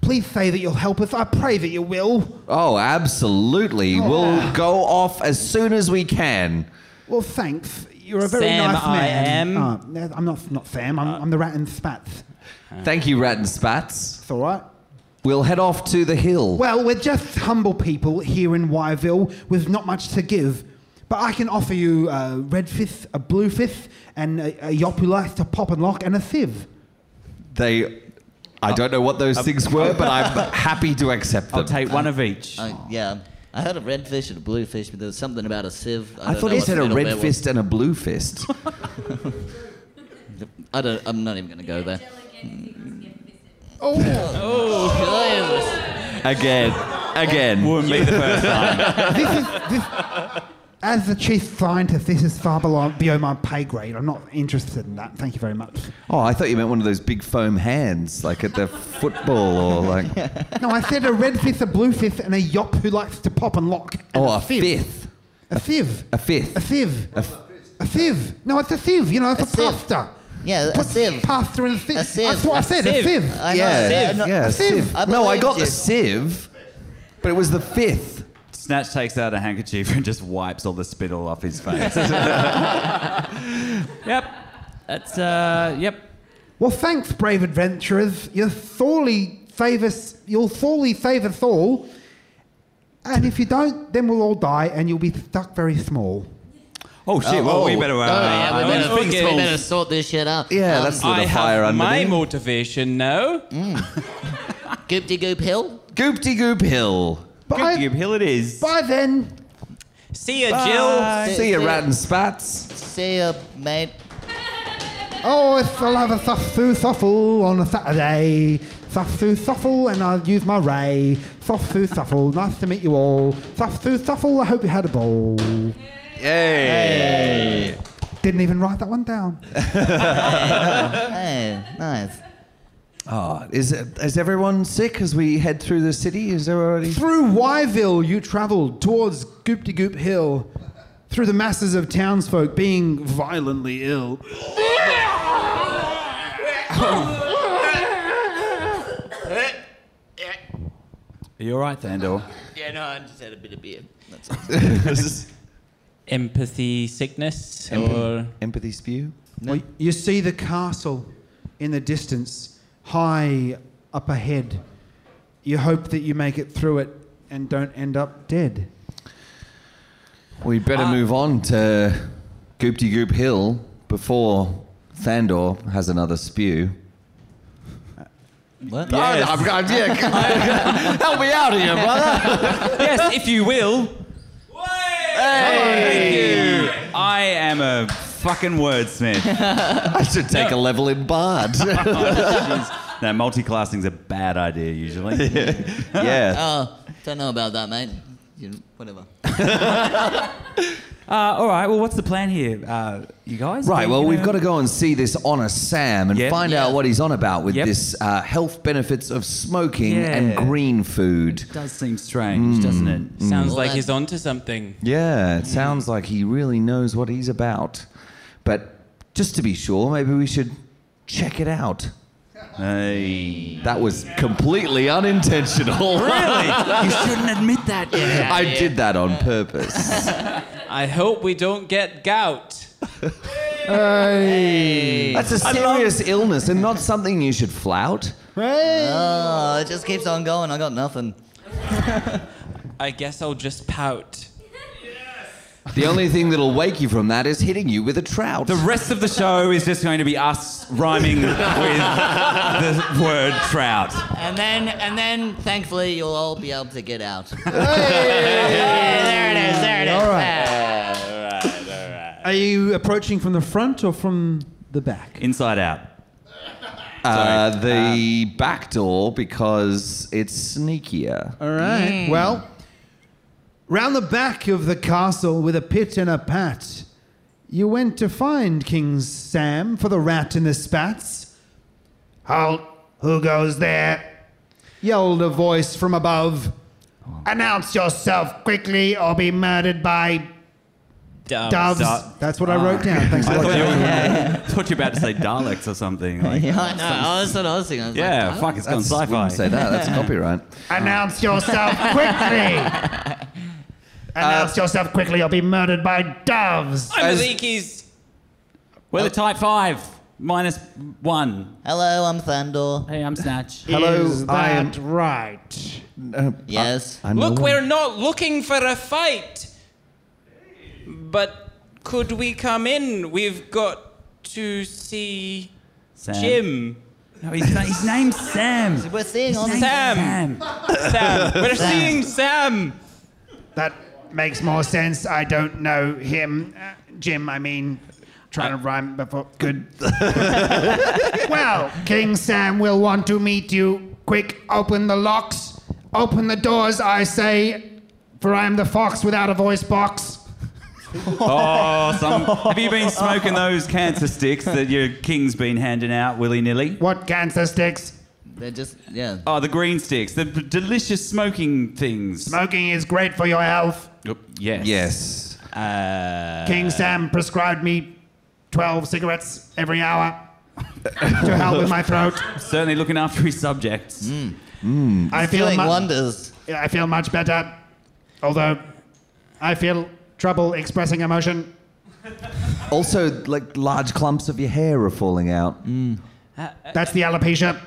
Speaker 4: Please say that you'll help us. I pray that you will.
Speaker 2: Oh, absolutely. We'll go off as soon as we can.
Speaker 4: Well, thanks. You're a very
Speaker 5: Sam,
Speaker 4: nice
Speaker 5: I
Speaker 4: man.
Speaker 5: am.
Speaker 4: Oh, no, I'm not not Sam.
Speaker 3: Uh,
Speaker 4: I'm, I'm the rat and spats.
Speaker 2: Thank you, Rat and Spats.
Speaker 4: It's all right.
Speaker 2: We'll head off to the hill.
Speaker 4: Well, we're just humble people here in Wyville with not much to give. But I can offer you a red fifth, a blue fifth, and a, a yopula to pop and lock, and a sieve.
Speaker 2: they. I don't know what those things were, but *laughs* I'm happy to accept them.
Speaker 1: I'll take one of each.
Speaker 3: I- yeah. I heard a red fish and a blue fish, but there was something about a sieve. I,
Speaker 2: I
Speaker 3: don't
Speaker 2: thought
Speaker 3: know
Speaker 2: he
Speaker 3: what
Speaker 2: said
Speaker 3: the
Speaker 2: a
Speaker 3: middle
Speaker 2: red
Speaker 3: bit was.
Speaker 2: fist and a blue fist.
Speaker 3: I don't. I'm not even gonna go there.
Speaker 2: *laughs*
Speaker 3: Oh,
Speaker 2: again. Again.
Speaker 1: Wouldn't be the first time.
Speaker 4: this is, this, as the chief scientist, this is far below, beyond my pay grade. I'm not interested in that. Thank you very much.
Speaker 2: Oh, I thought you meant one of those big foam hands, like at the football or like.
Speaker 4: No, I said a red fifth, a blue fifth, and a yop who likes to pop and lock. And
Speaker 2: Oh, a fifth.
Speaker 4: A sieve.
Speaker 2: A
Speaker 4: *laughs*
Speaker 2: fifth.
Speaker 4: A sieve.
Speaker 2: A f-
Speaker 4: A sieve. No, it's a sieve. You know, it's
Speaker 3: A
Speaker 4: a,
Speaker 3: sieve.
Speaker 4: pasta.
Speaker 3: Yeah, a
Speaker 4: Put
Speaker 3: sieve.
Speaker 4: Pasta in a sieve.
Speaker 3: A sieve.
Speaker 4: That's what I said.
Speaker 5: sieve.
Speaker 4: A sieve.
Speaker 3: I know,
Speaker 2: yeah,
Speaker 3: I know-
Speaker 2: yeah,
Speaker 4: A sieve.
Speaker 2: sieve.
Speaker 3: I
Speaker 2: no, I
Speaker 3: believed
Speaker 2: got
Speaker 3: you.
Speaker 2: the sieve, but it was the fifth.
Speaker 1: Snatch takes out a handkerchief and just wipes all the spittle off his face. yep. That's, uh, yep.
Speaker 4: Well, thanks, brave adventurers. You sorely favour, you'll sorely favour Thor, And if you don't, then we'll all die and you'll be stuck very small.
Speaker 1: *laughs* Oh shit! well, we better. Uh,
Speaker 3: Oh, yeah, we,
Speaker 5: uh,
Speaker 3: better,
Speaker 5: okay.
Speaker 3: we better sort this shit out.
Speaker 2: Yeah,
Speaker 3: Um,
Speaker 2: that's- Sort
Speaker 5: I
Speaker 2: of fire
Speaker 5: have
Speaker 2: under
Speaker 5: my
Speaker 2: there.
Speaker 5: motivation now.
Speaker 3: goop de goop hill.
Speaker 2: Goop de goop hill.
Speaker 1: Good
Speaker 4: By,
Speaker 1: Cube Hill it is.
Speaker 4: by then,
Speaker 5: See ya, Jill.
Speaker 2: See ya,
Speaker 3: see ya.
Speaker 2: rat and spats.
Speaker 3: See ya, mate.
Speaker 4: oh, if I'll have a thuffoo thuffle on a Saturday. Thuffoo thuffle, and I'll use my ray. Thuffoo thuffle, nice to meet you all. Thuffoo thuffle, I hope you had a ball.
Speaker 2: Yay!
Speaker 4: Didn't even write that one down.
Speaker 3: Hey, nice.
Speaker 2: Oh, is is everyone sick as we head through the city? Is there already?
Speaker 4: Through Wyville, you travelled towards Goop de Goop Hill, through the masses of townsfolk being violently ill.
Speaker 1: Are you all right, Thandor?
Speaker 3: Yeah, no, I just had a bit of beer. That's all.
Speaker 5: Empathy sickness or
Speaker 2: Empathy spew.
Speaker 4: Well, you see the castle in the distance, high up ahead. You hope that you make it through it and don't end up dead.
Speaker 2: We better
Speaker 4: Uh,
Speaker 2: move on to Goop de Goop Hill before Thandor has another spew.
Speaker 3: What?
Speaker 2: Oh, I'm- I'm- yeah, *laughs* help me out here, brother.
Speaker 1: yes, if you will. Hey! Thank you. I am a fucking
Speaker 2: *laughs*
Speaker 1: wordsmith.
Speaker 2: I should take a level
Speaker 1: *laughs*
Speaker 2: in Bard.
Speaker 1: Jeez. no, multi-classing's a bad idea usually.
Speaker 2: *laughs* yeah.
Speaker 3: Oh, don't know about that, mate. You know, whatever.
Speaker 1: Uh, all right. Well, what's the plan here, uh, you guys?
Speaker 2: Right,
Speaker 1: You
Speaker 2: well,
Speaker 1: know-
Speaker 2: we've got to go and see this honest Sam and
Speaker 1: Yep.
Speaker 2: find out
Speaker 3: Yeah.
Speaker 2: what he's on about with
Speaker 1: Yep.
Speaker 2: this uh, health benefits of smoking
Speaker 1: Yeah.
Speaker 2: and green food.
Speaker 1: It does seem strange, doesn't it?
Speaker 5: sounds
Speaker 3: Well,
Speaker 5: like
Speaker 3: that-
Speaker 5: he's onto something.
Speaker 2: Yeah, it sounds like he really knows what he's about. But just to be sure, maybe we should check it out. Hmm.
Speaker 1: Hey.
Speaker 2: That was completely
Speaker 1: *laughs*
Speaker 2: unintentional. *laughs*
Speaker 1: Really? you shouldn't admit that. Yeah.
Speaker 2: I did that on purpose.
Speaker 5: I hope we don't get gout.
Speaker 2: That's a serious illness and not something you should flout.
Speaker 3: Oh, it just keeps on going. I got nothing.
Speaker 5: I guess I'll just pout.
Speaker 2: The only thing that'll wake you from that is hitting you with a trout.
Speaker 1: The rest of the show is just going to be us rhyming with the word trout.
Speaker 3: And then, and then, thankfully, you'll all be able to get out. *laughs*
Speaker 4: All right.
Speaker 3: *laughs*
Speaker 4: Are you approaching from the front or from the back?
Speaker 1: Inside out.
Speaker 2: Uh, the back door because it's sneakier.
Speaker 4: All right. Well, round the back of the castle with a pit and a pat, you went to find King Sam for the rat and the spats. Halt! Who goes there? yelled a voice from above. Announce yourself quickly or be murdered by
Speaker 5: Doves.
Speaker 4: doves.
Speaker 1: dove.
Speaker 4: That's what I wrote down. Thanks for
Speaker 1: I *laughs* thought,
Speaker 4: watching.
Speaker 1: you were, thought you were about to say Daleks or
Speaker 2: *laughs*
Speaker 1: something. Like,
Speaker 3: yeah, I know. I was sort of I was thinking. I was
Speaker 1: yeah,
Speaker 3: Like,
Speaker 1: fuck, it's gone
Speaker 2: That's-
Speaker 1: sci-fi.
Speaker 2: wouldn't say that.
Speaker 1: *laughs*
Speaker 2: That's copyright.
Speaker 4: Announce yourself quickly! Announce yourself quickly or be murdered by doves!
Speaker 5: I'm
Speaker 2: As-
Speaker 5: Leaky's.
Speaker 1: We're the type five, minus one.
Speaker 3: Hello, I'm Thandor.
Speaker 1: Hey, I'm Snatch.
Speaker 4: Hello,
Speaker 2: Is
Speaker 4: I am
Speaker 2: that
Speaker 4: right.
Speaker 3: Yes.
Speaker 2: I know
Speaker 5: *laughs* Look,
Speaker 2: what-
Speaker 5: we're not looking for a fight. But could we come in? We've got to see
Speaker 1: Sam.
Speaker 5: Jim.
Speaker 1: No, his, his name's Sam. His
Speaker 3: We're seeing on
Speaker 1: name's
Speaker 5: Sam. Sam. We're seeing Sam.
Speaker 4: That makes more sense. I don't know him. Uh, Jim, I mean, trying to rhyme before. Good. well, King Sam will want to meet you. Quick, open the locks. Open the doors, I say, for I am the fox without a voice box.
Speaker 1: Oh, some,
Speaker 2: *laughs*
Speaker 1: have you been smoking those cancer sticks that your king's been handing out willy-nilly?
Speaker 4: What cancer sticks?
Speaker 3: They're just yeah.
Speaker 1: Oh, the green sticks, the p- delicious smoking things.
Speaker 4: Smoking is great for your health.
Speaker 1: Yep, Yes.
Speaker 2: Yes.
Speaker 4: King Sam prescribed me 12 cigarettes every hour *laughs* to help with my throat.
Speaker 1: Certainly looking after his subjects.
Speaker 2: Mm.
Speaker 4: I feel
Speaker 3: Doing
Speaker 4: mu-
Speaker 3: wonders.
Speaker 4: I feel much better, although I feel trouble expressing emotion.
Speaker 2: Also, like large clumps of your hair are falling out.
Speaker 1: Mm.
Speaker 4: That's the alopecia.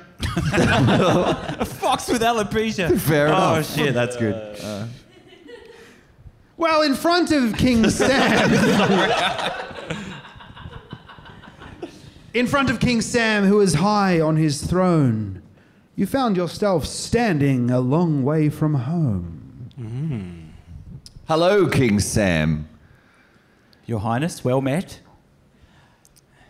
Speaker 1: Fox with alopecia.
Speaker 2: Fair
Speaker 1: oh
Speaker 2: enough.
Speaker 1: shit, that's good.
Speaker 4: Well, in front of *laughs* King Sam. in front of King Sam, who is high on his throne, you found yourself standing a long way from home.
Speaker 2: Hello, King Sam.
Speaker 1: Your Highness, well met.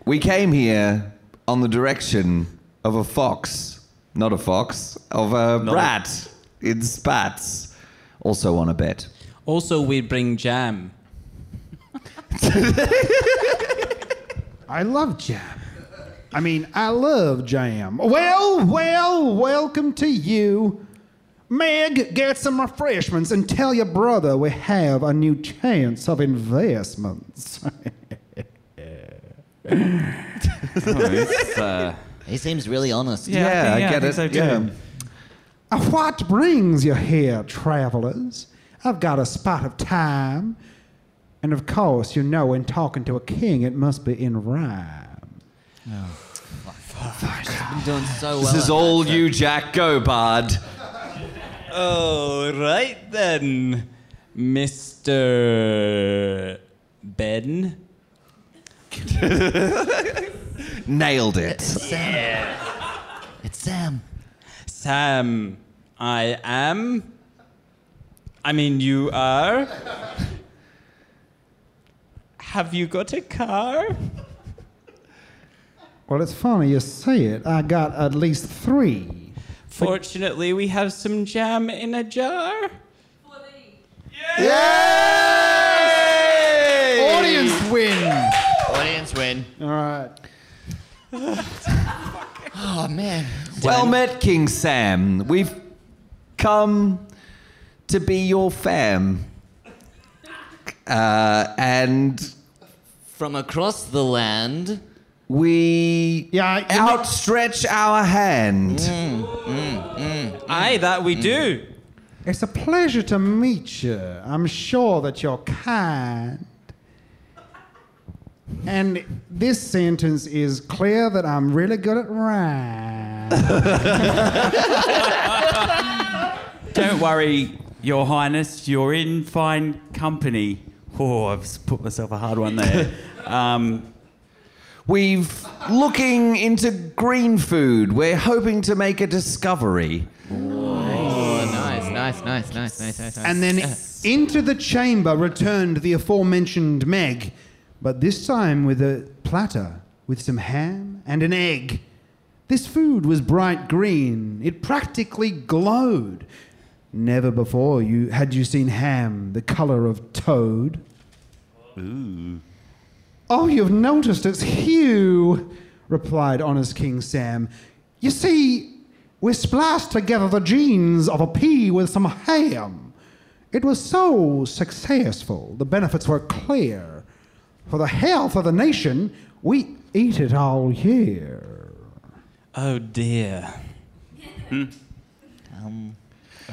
Speaker 2: We came here on the direction of a fox, not a fox, of a
Speaker 1: Not a-
Speaker 2: rat in spats, also on a bet.
Speaker 5: Also, we bring jam.
Speaker 4: I love jam. I mean, I love jam. Well, well, welcome to you. Meg, get some refreshments and tell your brother we have a new chance of investments. *laughs*
Speaker 3: He seems really honest.
Speaker 1: Yeah, I think- yeah, I think so too.
Speaker 4: Uh, What brings you here, travelers? I've got a spot of time. And of course, you know, when talking to a king, it must be in rhyme.
Speaker 3: I'm doing so well.
Speaker 2: This is
Speaker 3: at
Speaker 2: all
Speaker 3: that, so-
Speaker 2: you, Jack Gobard.
Speaker 5: All right then, Mr. Ben.
Speaker 2: Nailed it.
Speaker 3: It's Sam.
Speaker 5: Sam, I am. I mean, you are. Have you got a car?
Speaker 4: Well, it's funny you say it. I got at least three.
Speaker 5: Fortunately, we have some jam in a jar.
Speaker 6: For me.
Speaker 4: Audience win!
Speaker 7: Audience win.
Speaker 4: All right.
Speaker 3: Oh man.
Speaker 2: Well met, King Sam. We've come to be your fam. Uh, and
Speaker 7: From across the land.
Speaker 2: we
Speaker 4: Yeah, I-
Speaker 2: outstretch our hand.
Speaker 5: Aye, that we do.
Speaker 4: It's a pleasure to meet you. I'm sure that you're kind. And this sentence is clear that I'm really good at rhyme.
Speaker 1: Don't worry, Your Highness, you're in fine company. Oh, I've s- put myself a hard one there. Um,
Speaker 2: We've looking into green food. We're hoping to make a discovery.
Speaker 7: Oh, nice, nice, nice, nice, nice, nice. nice.
Speaker 4: And then into the chamber returned the aforementioned Meg, but this time with a platter with some ham and an egg. This food was bright green. It practically glowed. Never before you had you seen ham the color of toad. Ooh. Oh, you've noticed its hue, replied honest King Sam. You see, we spliced together the genes of a pea with some ham. It was so successful, the benefits were clear. For the health of the nation, we eat it all year.
Speaker 5: Oh dear.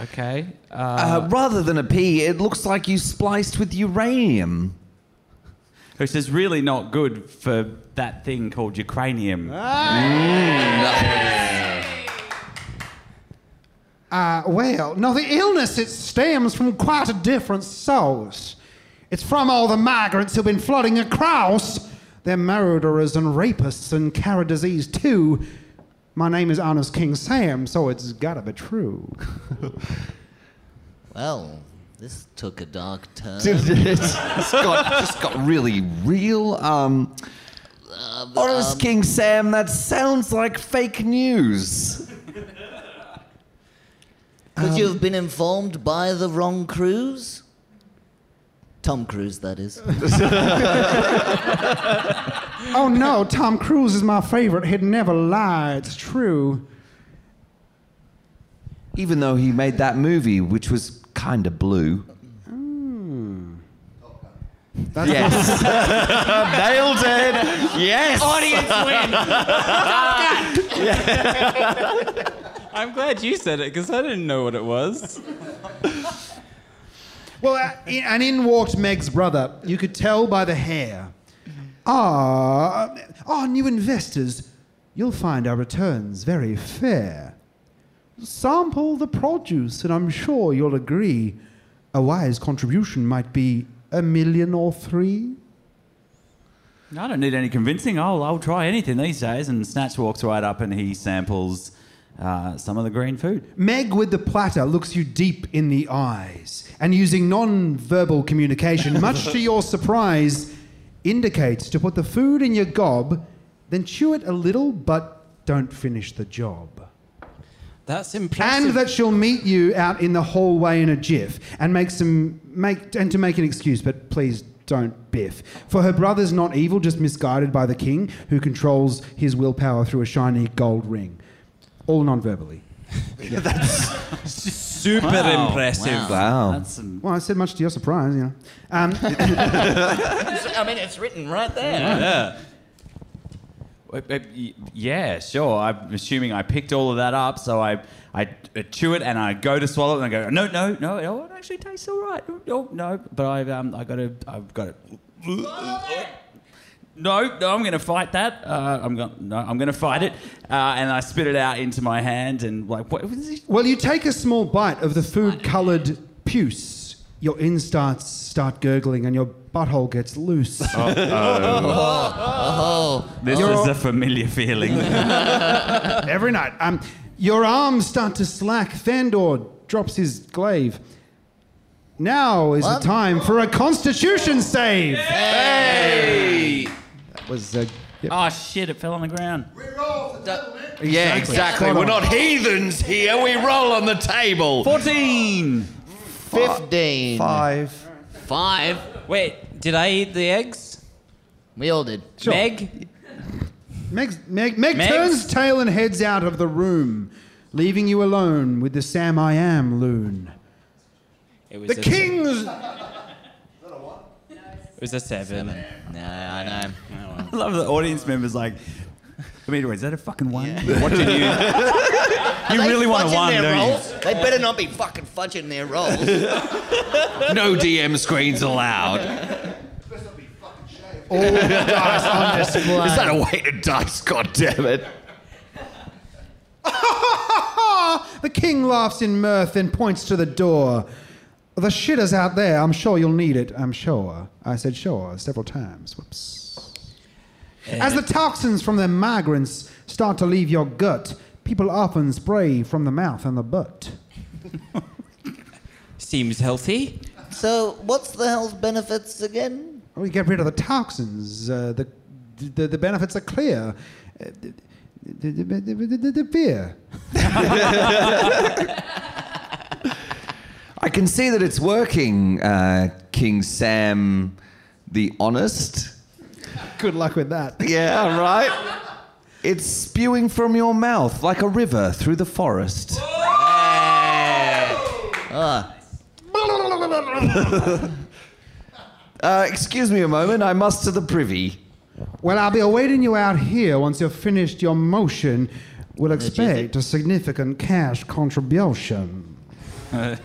Speaker 5: okay.
Speaker 2: Uh, rather than a pea, it looks like you spliced with uranium.
Speaker 1: which is really not good for that thing called Ukrainium.
Speaker 4: Uh, well, no, the illness it stems from quite a different source. It's from all the migrants who've been flooding across. They're murderers and rapists and carry disease too. My name is Honest King Sam, so it's gotta be true.
Speaker 3: Well, this took a dark turn.
Speaker 2: it's got, just got really real. Um, uh, honest King Sam, that sounds like fake news.
Speaker 3: Could
Speaker 2: Um,
Speaker 3: you have been informed by the wrong cruise? Tom Cruise, that is.
Speaker 4: Oh no, Tom Cruise is my favorite. He'd never lie. It's true.
Speaker 2: Even though he made that movie, which was kind of blue. Hmm. yes. *laughs* Oh, Nailed it. Yes.
Speaker 5: Audience *laughs* win. I'm glad you said it because I didn't know what it was.
Speaker 4: Well, uh, in- and in walked Meg's brother. You could tell by the hair. Ah, our new investors, you'll find our returns very fair. Sample the produce, and I'm sure you'll agree a wise contribution might be a million or three.
Speaker 1: I don't need any convincing. I'll, I'll try anything these days. And Snatch walks right up and he samples uh, some of the green food.
Speaker 4: Meg with the platter looks you deep in the eyes and using non-verbal communication, much to your surprise, indicates to put the food in your gob, then chew it a little, but don't finish the job.
Speaker 5: That's impressive.
Speaker 4: And that she'll meet you out in the hallway in a jiff and make some make and to make an excuse, but please don't biff. For her brother's not evil, just misguided by the king, who controls his willpower through a shiny gold ring. All non-verbally.
Speaker 5: super
Speaker 1: Wow.
Speaker 5: impressive.
Speaker 2: Wow.
Speaker 1: That's some.
Speaker 4: Well, I said much to your surprise, you know. Um,
Speaker 3: *laughs*
Speaker 4: *laughs*
Speaker 3: I mean, it's written right there.
Speaker 1: Yeah. Uh, uh, y- Yeah, sure. I'm assuming I picked all of that up, so I, I uh, chew it and I go to swallow it and I go, no, no, no, oh, it actually tastes all right. Oh, No, no, but I, um, I got to, I've got to. No, no, I'm going to fight that. Uh, I'm going, no, I'm going to fight it, uh, and I spit it out into my hand and like, what was this?
Speaker 4: Well, you take a small bite of the food coloured puce. Your instarts start gurgling and your butthole gets loose.
Speaker 1: This
Speaker 4: You're
Speaker 1: is
Speaker 4: all-
Speaker 1: a familiar feeling.
Speaker 4: *laughs* Every night. Um, your arms start to slack. Thandor drops his glaive. Now is
Speaker 3: What?
Speaker 4: the time for a constitution save. Hey! That was a. Yep.
Speaker 1: oh shit! It fell on the ground.
Speaker 2: Yeah, exactly. We're not heathens here. We roll on the
Speaker 1: *laughs*
Speaker 2: table.
Speaker 1: Fourteen.
Speaker 3: 15.
Speaker 2: Five.
Speaker 7: Five.
Speaker 5: Wait, did I eat the eggs?
Speaker 3: We all did.
Speaker 4: Sure.
Speaker 5: Meg?
Speaker 4: Meg's- Meg, Meg,
Speaker 5: Meg's-
Speaker 4: turns tail and heads out of the room, leaving you alone with the Sam I Am loon.
Speaker 5: It was
Speaker 4: The
Speaker 5: a-
Speaker 4: king's.
Speaker 5: It was a seven.
Speaker 3: No, I know.
Speaker 1: I love the audience members like. I mean, wait, is that a fucking one? Watching you, you really want a
Speaker 3: Fudging
Speaker 1: one,
Speaker 3: their
Speaker 1: don't you?
Speaker 3: rolls? They better not be fucking fudging their rolls.
Speaker 2: No DM screens allowed. Is that a weighted dice? God damn it.
Speaker 4: Ah, The king laughs in mirth and points to the door. The shitter's out there. I'm sure you'll need it. I'm sure. I said sure several times. Whoops. As the toxins from their migrants start to leave your gut, people often spray from the mouth and the butt.
Speaker 5: Seems healthy.
Speaker 3: *laughs* so, what's the hell's benefits again?
Speaker 4: We get rid of the toxins. Uh, the, the, the benefits are clear. Uh, the, the, the, the, the, the beer.
Speaker 2: I can see that it's working, uh, King Sam the Honest.
Speaker 4: Good luck with that.
Speaker 2: Yeah, right? It's spewing from your mouth like a river through the forest. Ah. *laughs* Uh, excuse me a moment, I must to the privy.
Speaker 4: Well, I'll be awaiting you out here once you've finished your motion. We'll expect a significant cash contribution. Squeezed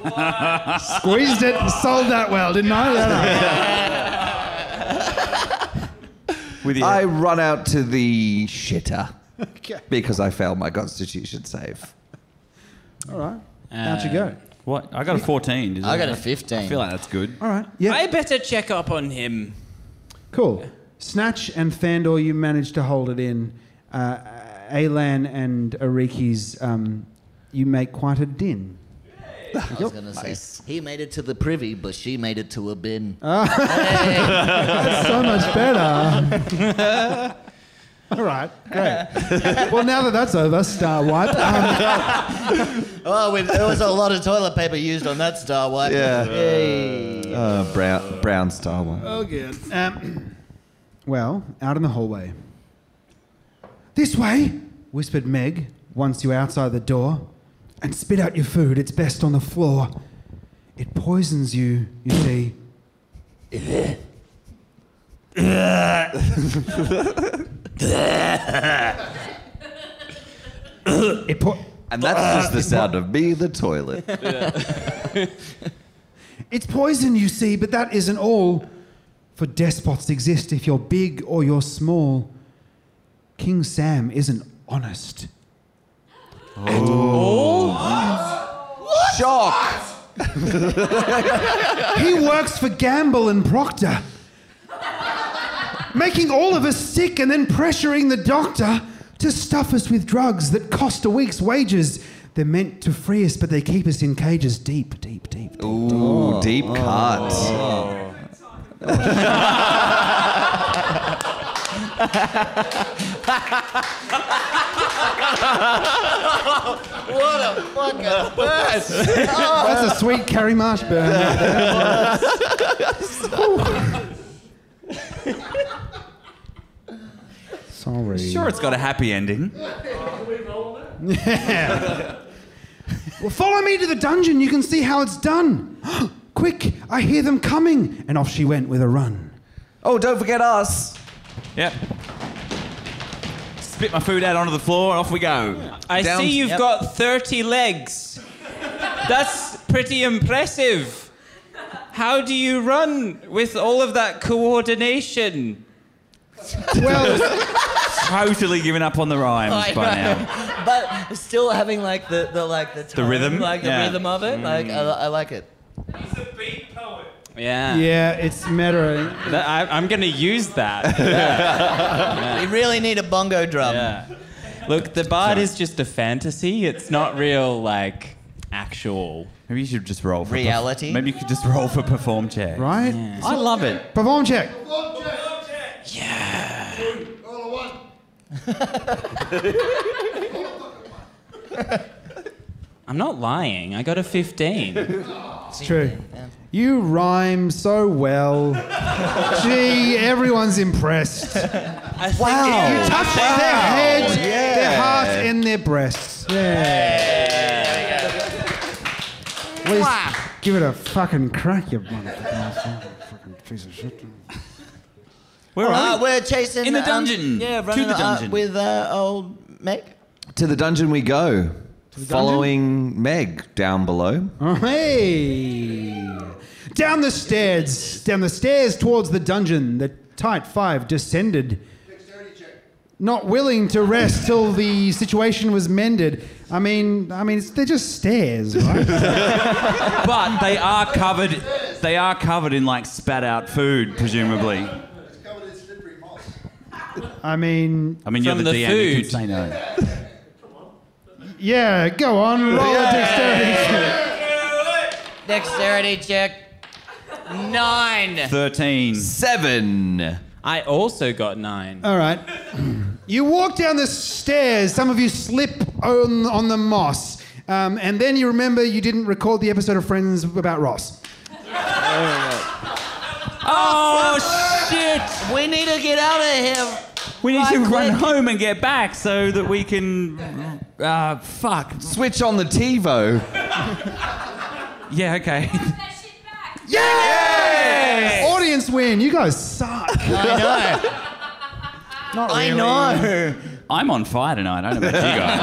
Speaker 4: it, sold that well, didn't I? Yeah, no.
Speaker 1: With your,
Speaker 2: I run out to the shitter
Speaker 4: okay.
Speaker 2: because I failed my constitution save.
Speaker 4: All right. out you go.
Speaker 1: what? I got a fourteen. did
Speaker 3: I got a
Speaker 1: I
Speaker 3: 15.
Speaker 1: feel like that's good.
Speaker 4: All right. Yeah.
Speaker 5: I better check up on him.
Speaker 4: Cool. Snatch and Thandor, you managed to hold it in. Uh, Alan and Ariki's, um, you make quite a din.
Speaker 3: I was gonna say he made it to the privy, but she made it to a bin.
Speaker 4: so much better. All right, great. well, now that that's over, Star Wipe. Um,
Speaker 3: oh, with, there was a lot of toilet paper used on that star wipe.
Speaker 2: Yeah.
Speaker 3: Hey.
Speaker 2: Uh, brown, brown star one.
Speaker 4: Oh, good. Um, well, out in the hallway. This way, whispered Meg once you're outside the door. And spit out your food, it's best on the floor. It poisons you, you see. it po-
Speaker 2: And that's just the sound of me in the toilet.
Speaker 4: It's poison, you see, but that isn't all. For despots exist if you're big or you're small. King Sam isn't honest.
Speaker 2: Shock!
Speaker 4: he works for Gamble and Proctor, making all of us sick and then pressuring the doctor to stuff us with drugs that cost a week's wages. They're meant to free us, but they keep us in cages deep, deep, deep. deep.
Speaker 2: Ooh, deep cut.
Speaker 3: What a fucking burst!
Speaker 4: That's a sweet Carrie
Speaker 1: *laughs*
Speaker 4: Marsh burn. right there. Ooh. *laughs* Sorry.
Speaker 1: Sure, it's got a happy ending.
Speaker 4: Well, follow me to the dungeon. You can see how it's done. *gasps* Quick, I hear them coming. And off she went with a run.
Speaker 2: Oh, don't forget us.
Speaker 1: Yep. Spit my food out onto the floor, and off we go.
Speaker 5: I
Speaker 2: Down-
Speaker 5: see you've
Speaker 3: Yep.
Speaker 5: got 30 legs. That's pretty impressive. How do you run with all of that coordination?
Speaker 4: Well,
Speaker 1: Totally giving up on the rhymes by now.
Speaker 3: *laughs* but still having like the, the like the, time,
Speaker 1: rhythm?
Speaker 3: like
Speaker 1: Yeah. Mm.
Speaker 3: the rhythm of it. Like I, I like it.
Speaker 5: Yeah.
Speaker 4: yeah, it's mattering.
Speaker 5: That- I, I'm going to use that.
Speaker 3: You really need a bongo drum.
Speaker 5: Yeah. Look, the bard is just a fantasy. It's not real, like, actual.
Speaker 1: Maybe you should just roll for perf-
Speaker 3: Reality?
Speaker 1: Maybe you could just roll for perform check.
Speaker 4: Right?
Speaker 1: I love it.
Speaker 4: Perform check.
Speaker 5: I'm not lying. I got a 15.
Speaker 4: It's true. You rhyme so *laughs* well. Gee, everyone's impressed.
Speaker 5: wow.
Speaker 4: You touch their head, their heart, and their breasts. Yeah. Please give it a fucking crack, you motherfucker. Fucking piece of shit.
Speaker 1: Where are
Speaker 3: Uh,
Speaker 1: we?
Speaker 3: we're chasing
Speaker 1: In the
Speaker 3: um,
Speaker 1: dungeon.
Speaker 3: yeah,
Speaker 1: To
Speaker 3: running
Speaker 1: the
Speaker 3: uh,
Speaker 1: dungeon.
Speaker 3: with uh, old Meg.
Speaker 2: To the dungeon we go. Following Meg down below.
Speaker 4: Oh, hey! Down the stairs, down the stairs towards the dungeon, the tight five descended. Not willing to rest till the situation was mended. I mean, I mean, it's, they're just stairs, right?
Speaker 1: But they are covered. They are covered in like spat out food, presumably.
Speaker 4: I mean,
Speaker 1: I mean,
Speaker 5: From
Speaker 1: you're the,
Speaker 5: the
Speaker 1: DM. You can
Speaker 5: food.
Speaker 1: say no.
Speaker 4: yeah, go on, roll a dexterity.
Speaker 7: Dexterity check. Nine.
Speaker 1: Thirteen.
Speaker 2: Seven.
Speaker 5: I also got nine.
Speaker 4: All right. You walk down the stairs. Some of you slip on, on the moss. Um, and then you remember you didn't record the episode of Friends about Ross.
Speaker 1: Oh shit!
Speaker 3: We need to get out of here.
Speaker 1: We need to
Speaker 3: Right
Speaker 1: run
Speaker 3: click.
Speaker 1: home and get back so that we can. Uh, fuck.
Speaker 2: Switch on the TiVo.
Speaker 1: Yeah. Okay. *laughs*
Speaker 6: that shit back.
Speaker 4: Audience win. You guys suck.
Speaker 3: I know.
Speaker 4: Not
Speaker 3: I
Speaker 4: really.
Speaker 3: know.
Speaker 1: I'm on fire tonight. I don't know about you guys.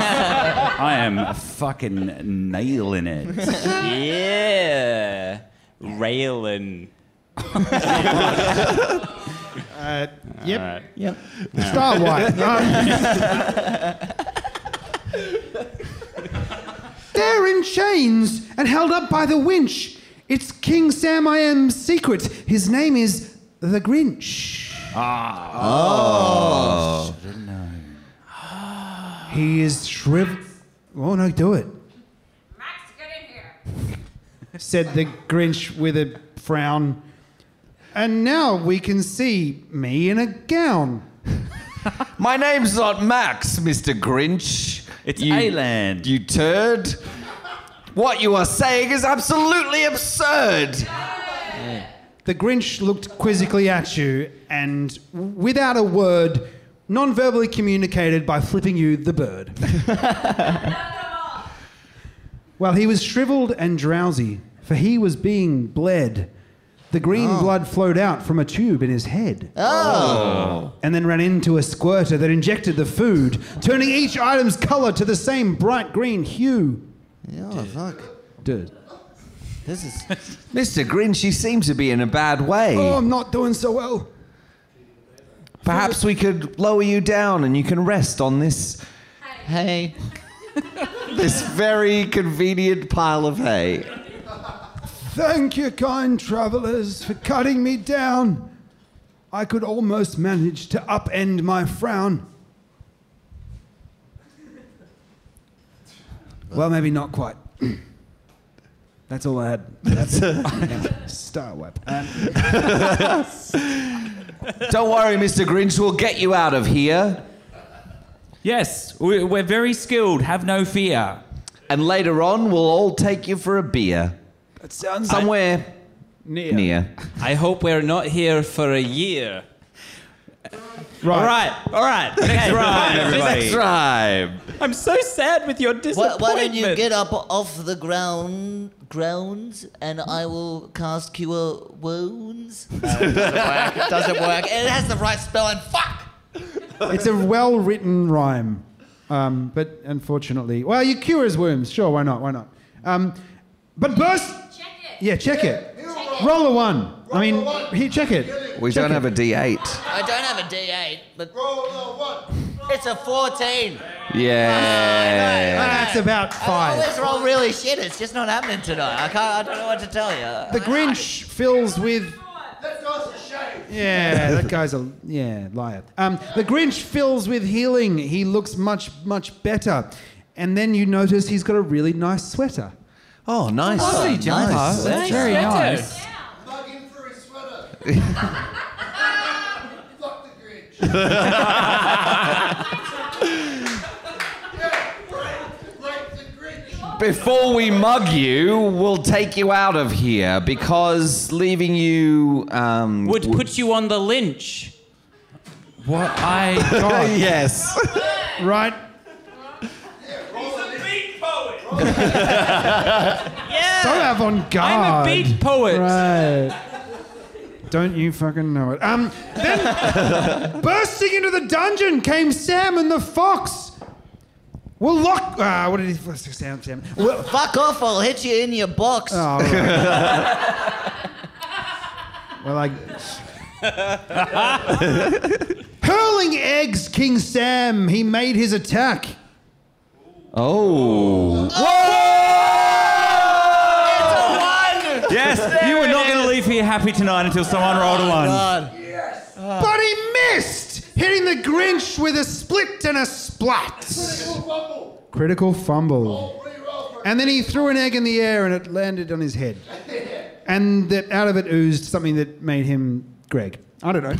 Speaker 1: I am fucking nailing it.
Speaker 5: Yeah. Railing.
Speaker 4: Yep.
Speaker 5: All right.
Speaker 3: Yep.
Speaker 4: Star White. Um, They're in chains and held up by the winch. It's King Sam I Am's secret. His name is the Grinch. Ah. Oh. He is shriveled. Oh no, do it.
Speaker 6: Max, get in here.
Speaker 4: said the Grinch with a frown. And now we can see me in a gown.
Speaker 2: My name's not Max, Mr. Grinch.
Speaker 1: It's
Speaker 2: You-
Speaker 1: Ayland.
Speaker 2: You turd. What you are saying is absolutely absurd.
Speaker 4: The Grinch looked quizzically at you and, without a word, non verbally communicated by flipping you the bird. well, he was shriveled and drowsy, for he was being bled. The green blood flowed out from a tube in his head. Oh. And then ran into a squirter that injected the food, turning each item's color to the same bright green hue.
Speaker 1: *laughs*
Speaker 3: Oh fuck.
Speaker 4: Dude.
Speaker 3: This is.
Speaker 2: Mr. Grinch, you seem to be in a bad way.
Speaker 4: Oh, I'm not doing so well.
Speaker 2: Perhaps we could lower you down and you can rest on this
Speaker 3: Hey.
Speaker 2: *laughs* this very convenient pile of hay.
Speaker 4: Thank you, kind travellers, for cutting me down. I could almost manage to upend my frown. Well, maybe not quite. *clears throat* That's all I had. *laughs* That's Uh, Star Web.
Speaker 2: Don't worry, Mr. Grinch, we'll get you out of here.
Speaker 1: Yes, we- we're very skilled. Have no fear.
Speaker 2: And later on, we'll all take you for a beer.
Speaker 4: That sounds
Speaker 2: Somewhere near.
Speaker 5: I hope we're not here for a year.
Speaker 4: Right.
Speaker 5: All right, all right. Next rhyme,
Speaker 2: Next time.
Speaker 5: I'm so sad with your
Speaker 3: Why,
Speaker 5: disappointment.
Speaker 3: why don't you get up off the ground, grounds, and I will cast cure wounds? No, it doesn't work. It doesn't work. *laughs* It has the right spelling. Fuck.
Speaker 4: It's a well written rhyme. Um, but unfortunately, well, you cure his wounds. Sure, why not? Why not? Um, but burst.
Speaker 6: Check it.
Speaker 4: Yeah, check it. Roll a one. I mean, here, check it.
Speaker 2: We
Speaker 4: Check
Speaker 2: don't
Speaker 4: it.
Speaker 2: have a D8.
Speaker 3: I don't have a D8, but it's a 14.
Speaker 2: Yeah.
Speaker 4: That's about
Speaker 3: I
Speaker 4: five.
Speaker 3: always roll really shit. It's just not happening tonight. I can't. I don't know what to tell you.
Speaker 4: The Grinch fills with. *laughs* Yeah, that guy's a yeah liar. Um, the Grinch fills with healing. He looks much much better, and then you notice he's got a really nice *laughs* sweater.
Speaker 2: Oh, nice.
Speaker 3: jumper.
Speaker 5: That's very nice.
Speaker 2: Before we mug you, we'll take you out of here because leaving you. Um,
Speaker 5: Would
Speaker 2: w-
Speaker 5: put you on the lynch.
Speaker 1: What I
Speaker 2: *laughs* yes.
Speaker 4: Right?
Speaker 5: *laughs* Yeah.
Speaker 4: So avant
Speaker 5: I'm a
Speaker 4: garde.
Speaker 5: beat poet.
Speaker 4: Right. Don't you fucking know it? Um,
Speaker 5: *laughs*
Speaker 4: then bursting into the dungeon came Sam and the fox. Well, lock. Ah, what did he? Sam,
Speaker 5: *laughs*
Speaker 4: Sam. Oh, Well,
Speaker 3: Fuck off! I'll hit you in your box.
Speaker 4: Oh, right. well, I.
Speaker 5: *laughs*
Speaker 4: Hurling eggs, King Sam, he made his attack.
Speaker 2: Oh.
Speaker 1: yes, you were not going to leave here happy tonight until someone rolled a one.
Speaker 4: But he missed, hitting the Grinch with a split and a splat. Critical fumble. And then he threw an egg in the air and it landed on his head. And that out of it oozed something that made him Greg. I don't *laughs* know.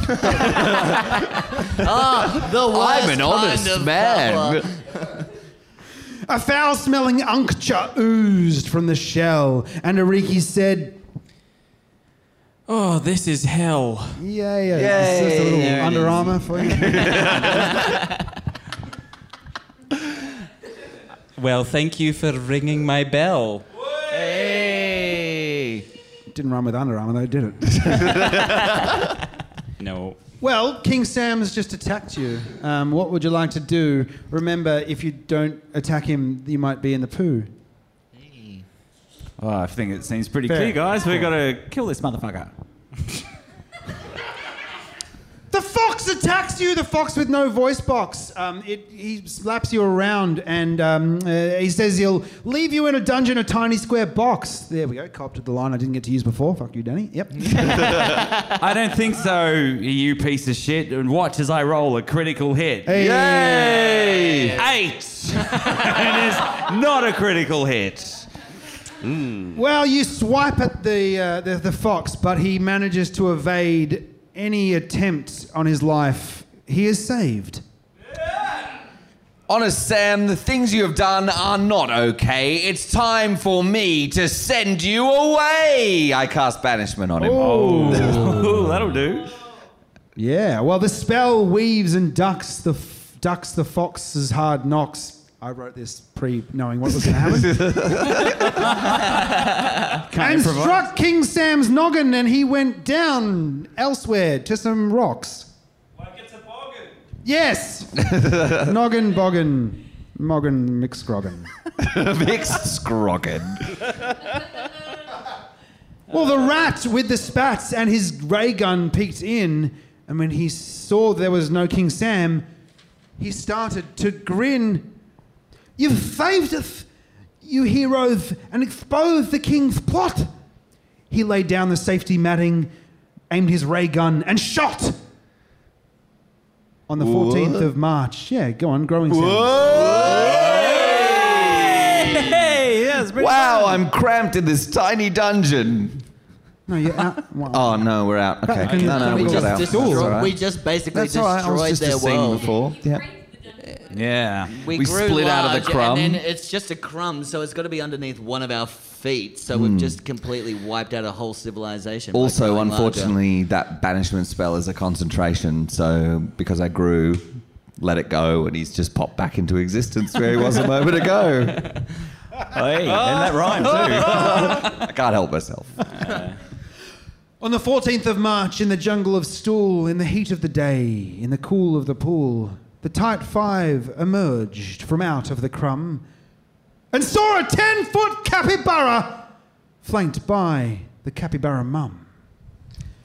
Speaker 3: The worst
Speaker 2: I'm an honest
Speaker 3: kind of
Speaker 2: man.
Speaker 3: power.
Speaker 4: A foul smelling uncture oozed from the shell, and Ariki said,
Speaker 5: Oh, this is hell.
Speaker 4: Yeah, yeah. It's just a little Under Armour for *laughs* you.
Speaker 5: Well, thank you for ringing my bell.
Speaker 4: Didn't run with Under Armour though, did it?
Speaker 5: No.
Speaker 4: well, King Sam's just attacked you. Um, what would you like to do? Remember, if you don't attack him, you might be in the poo.
Speaker 1: Oh, I think it seems pretty
Speaker 4: Fair.
Speaker 1: clear, guys. We've got to kill this motherfucker.
Speaker 4: The fox attacks you. The fox with no voice box. Um, it, he slaps you around, and um, uh, he says he'll leave you in a dungeon, a tiny square box. There we go. Copped at the line I didn't get to use before. Fuck you, Danny. Yep.
Speaker 1: I don't think so, you piece of shit. And watch as I roll a critical hit.
Speaker 4: Hey.
Speaker 1: Yay! Eight! *laughs* and it's not a critical hit.
Speaker 4: Well, you swipe at the, uh, the the fox, but he manages to evade any attempt on his life. He is saved.
Speaker 2: Honest Sam, the things you have done are not okay. It's time for me to send you away. I cast banishment on him.
Speaker 3: Oh.
Speaker 1: Ooh, that'll do.
Speaker 4: Yeah. Well, the spell weaves and ducks the f- ducks the fox's hard knocks. I wrote this pre knowing what was going to happen. and struck King Sam's noggin, and he went down elsewhere to some rocks. Yes. noggin boggin, moggin mixgroggin.
Speaker 2: *laughs* Mixed scroggin.
Speaker 4: Well, the rat with the spats and his ray gun peeked in, and when he saw there was no King Sam, he started to grin. You've saved us, you heroes, and exposed the king's plot. He laid down the safety matting, aimed his ray gun, and shot! On the 14th of March. Yeah, go on, growing sound.
Speaker 1: Hey, yeah, it's pretty
Speaker 2: Wow, I'm cramped in this tiny dungeon.
Speaker 4: No, you're out. Wow.
Speaker 2: Oh no, we're out. Okay,
Speaker 4: Okay.
Speaker 2: no, no, we
Speaker 4: We
Speaker 2: got
Speaker 4: just
Speaker 2: out.
Speaker 4: destroyed-
Speaker 2: That's all right.
Speaker 3: We just basically
Speaker 2: That's all right. I
Speaker 3: destroyed
Speaker 2: was just
Speaker 3: their
Speaker 2: a scene
Speaker 3: world.
Speaker 2: before. Yeah.
Speaker 1: Yeah.
Speaker 3: We,
Speaker 2: We
Speaker 3: grew
Speaker 2: split out of the
Speaker 3: large,
Speaker 2: crumb.
Speaker 3: and then it's just a crumb, so it's got to be underneath one of our feet. So we've just completely wiped out a whole civilization. by
Speaker 2: Hmm. Also,
Speaker 3: growing larger.
Speaker 2: unfortunately, that banishment spell is a concentration. So because I grew, let it go, and he's just popped back into existence where he was a moment *laughs* ago.
Speaker 1: Hey, and that rhymed too.
Speaker 2: I can't help myself.
Speaker 4: On the 14th of March, in the jungle of Stool, in the heat of the day, in the cool of the pool, the tight five emerged from out of the crumb and saw a 10 foot capybara flanked by the capybara mum.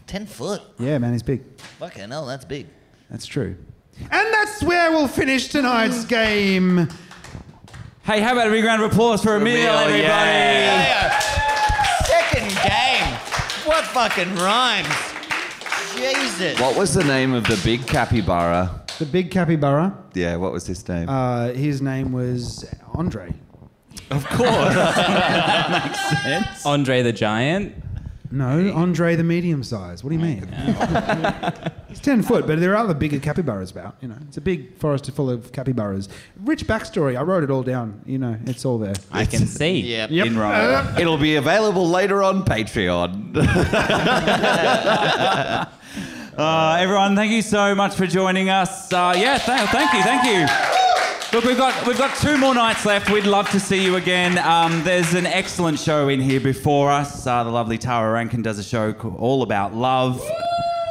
Speaker 3: ten foot.
Speaker 4: Yeah, man, he's big.
Speaker 3: Fucking hell, that's big.
Speaker 4: That's true. And that's where we'll finish tonight's game.
Speaker 1: hey, how about a big round of applause for Emil,
Speaker 2: Emil,
Speaker 1: everybody?
Speaker 2: yeah.
Speaker 3: Second game. What fucking rhymes? Jesus.
Speaker 2: What was the name of the big capybara?
Speaker 4: The big capybara,
Speaker 2: Yeah, what was his name?
Speaker 4: uh, his name was Andre.
Speaker 5: Andre the Giant.
Speaker 4: No, Andre the medium size. What do you mean? He's 10 foot, but there are other bigger capybaras about, you know. It's a big forest full of capybaras. Rich backstory. I wrote it all down, you know. It's all there.
Speaker 5: I can see.
Speaker 3: Yeah.
Speaker 4: Yep.
Speaker 1: In rhyme.
Speaker 2: It'll be available later on Patreon. *laughs*
Speaker 1: Uh, everyone, thank you so much for joining us. Uh, yeah, th- thank you, thank you. Look, we've got we've got two more nights left. We'd love to see you again. Um, there's an excellent show in here before us. Uh, the lovely Tara Rankin does a show ca- all about love.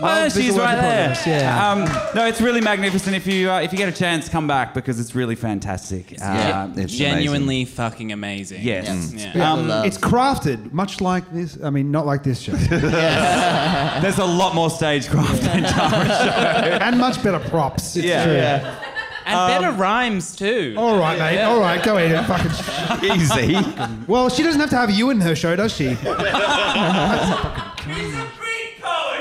Speaker 1: Oh,
Speaker 4: Love,
Speaker 1: she's
Speaker 4: visual
Speaker 1: right there.
Speaker 4: progress, yeah.
Speaker 1: Um, no, it's really magnificent. If you uh, if you get a chance, come back because it's really fantastic. Uh,
Speaker 2: it's
Speaker 5: Genuinely fucking amazing.
Speaker 1: Yes.
Speaker 5: Yeah.
Speaker 1: Um,
Speaker 4: It's crafted much like this. I mean, not like this show.
Speaker 1: there's a lot more stagecraft
Speaker 5: *laughs*
Speaker 1: than Tara's show.
Speaker 4: and much better props. It's true.
Speaker 5: And better rhymes too.
Speaker 3: Oh,
Speaker 4: All right, mate. All right, go eat it. Fucking sh-
Speaker 2: Easy.
Speaker 4: well, she doesn't have to have you in her show, does she?
Speaker 6: He's a freak poet!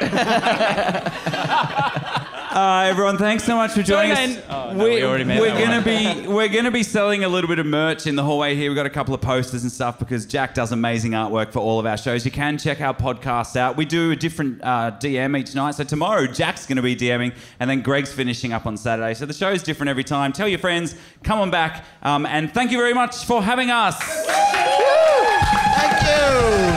Speaker 1: Uh, everyone, thanks so much for joining
Speaker 5: Join
Speaker 1: us.
Speaker 5: in. Oh, no, we already made
Speaker 1: are
Speaker 5: that
Speaker 1: gonna
Speaker 5: one.
Speaker 1: be we're gonna be selling a little bit of merch in the hallway here. We've got a couple of posters and stuff because Jack does amazing artwork for all of our shows. You can check our podcasts out. We do a different uh, DM each night. So tomorrow Jack's gonna be DMing, and then Greg's finishing up on Saturday. So the show is different every time. Tell your friends, come on back, um, and thank you very much for having us.
Speaker 3: Thank you.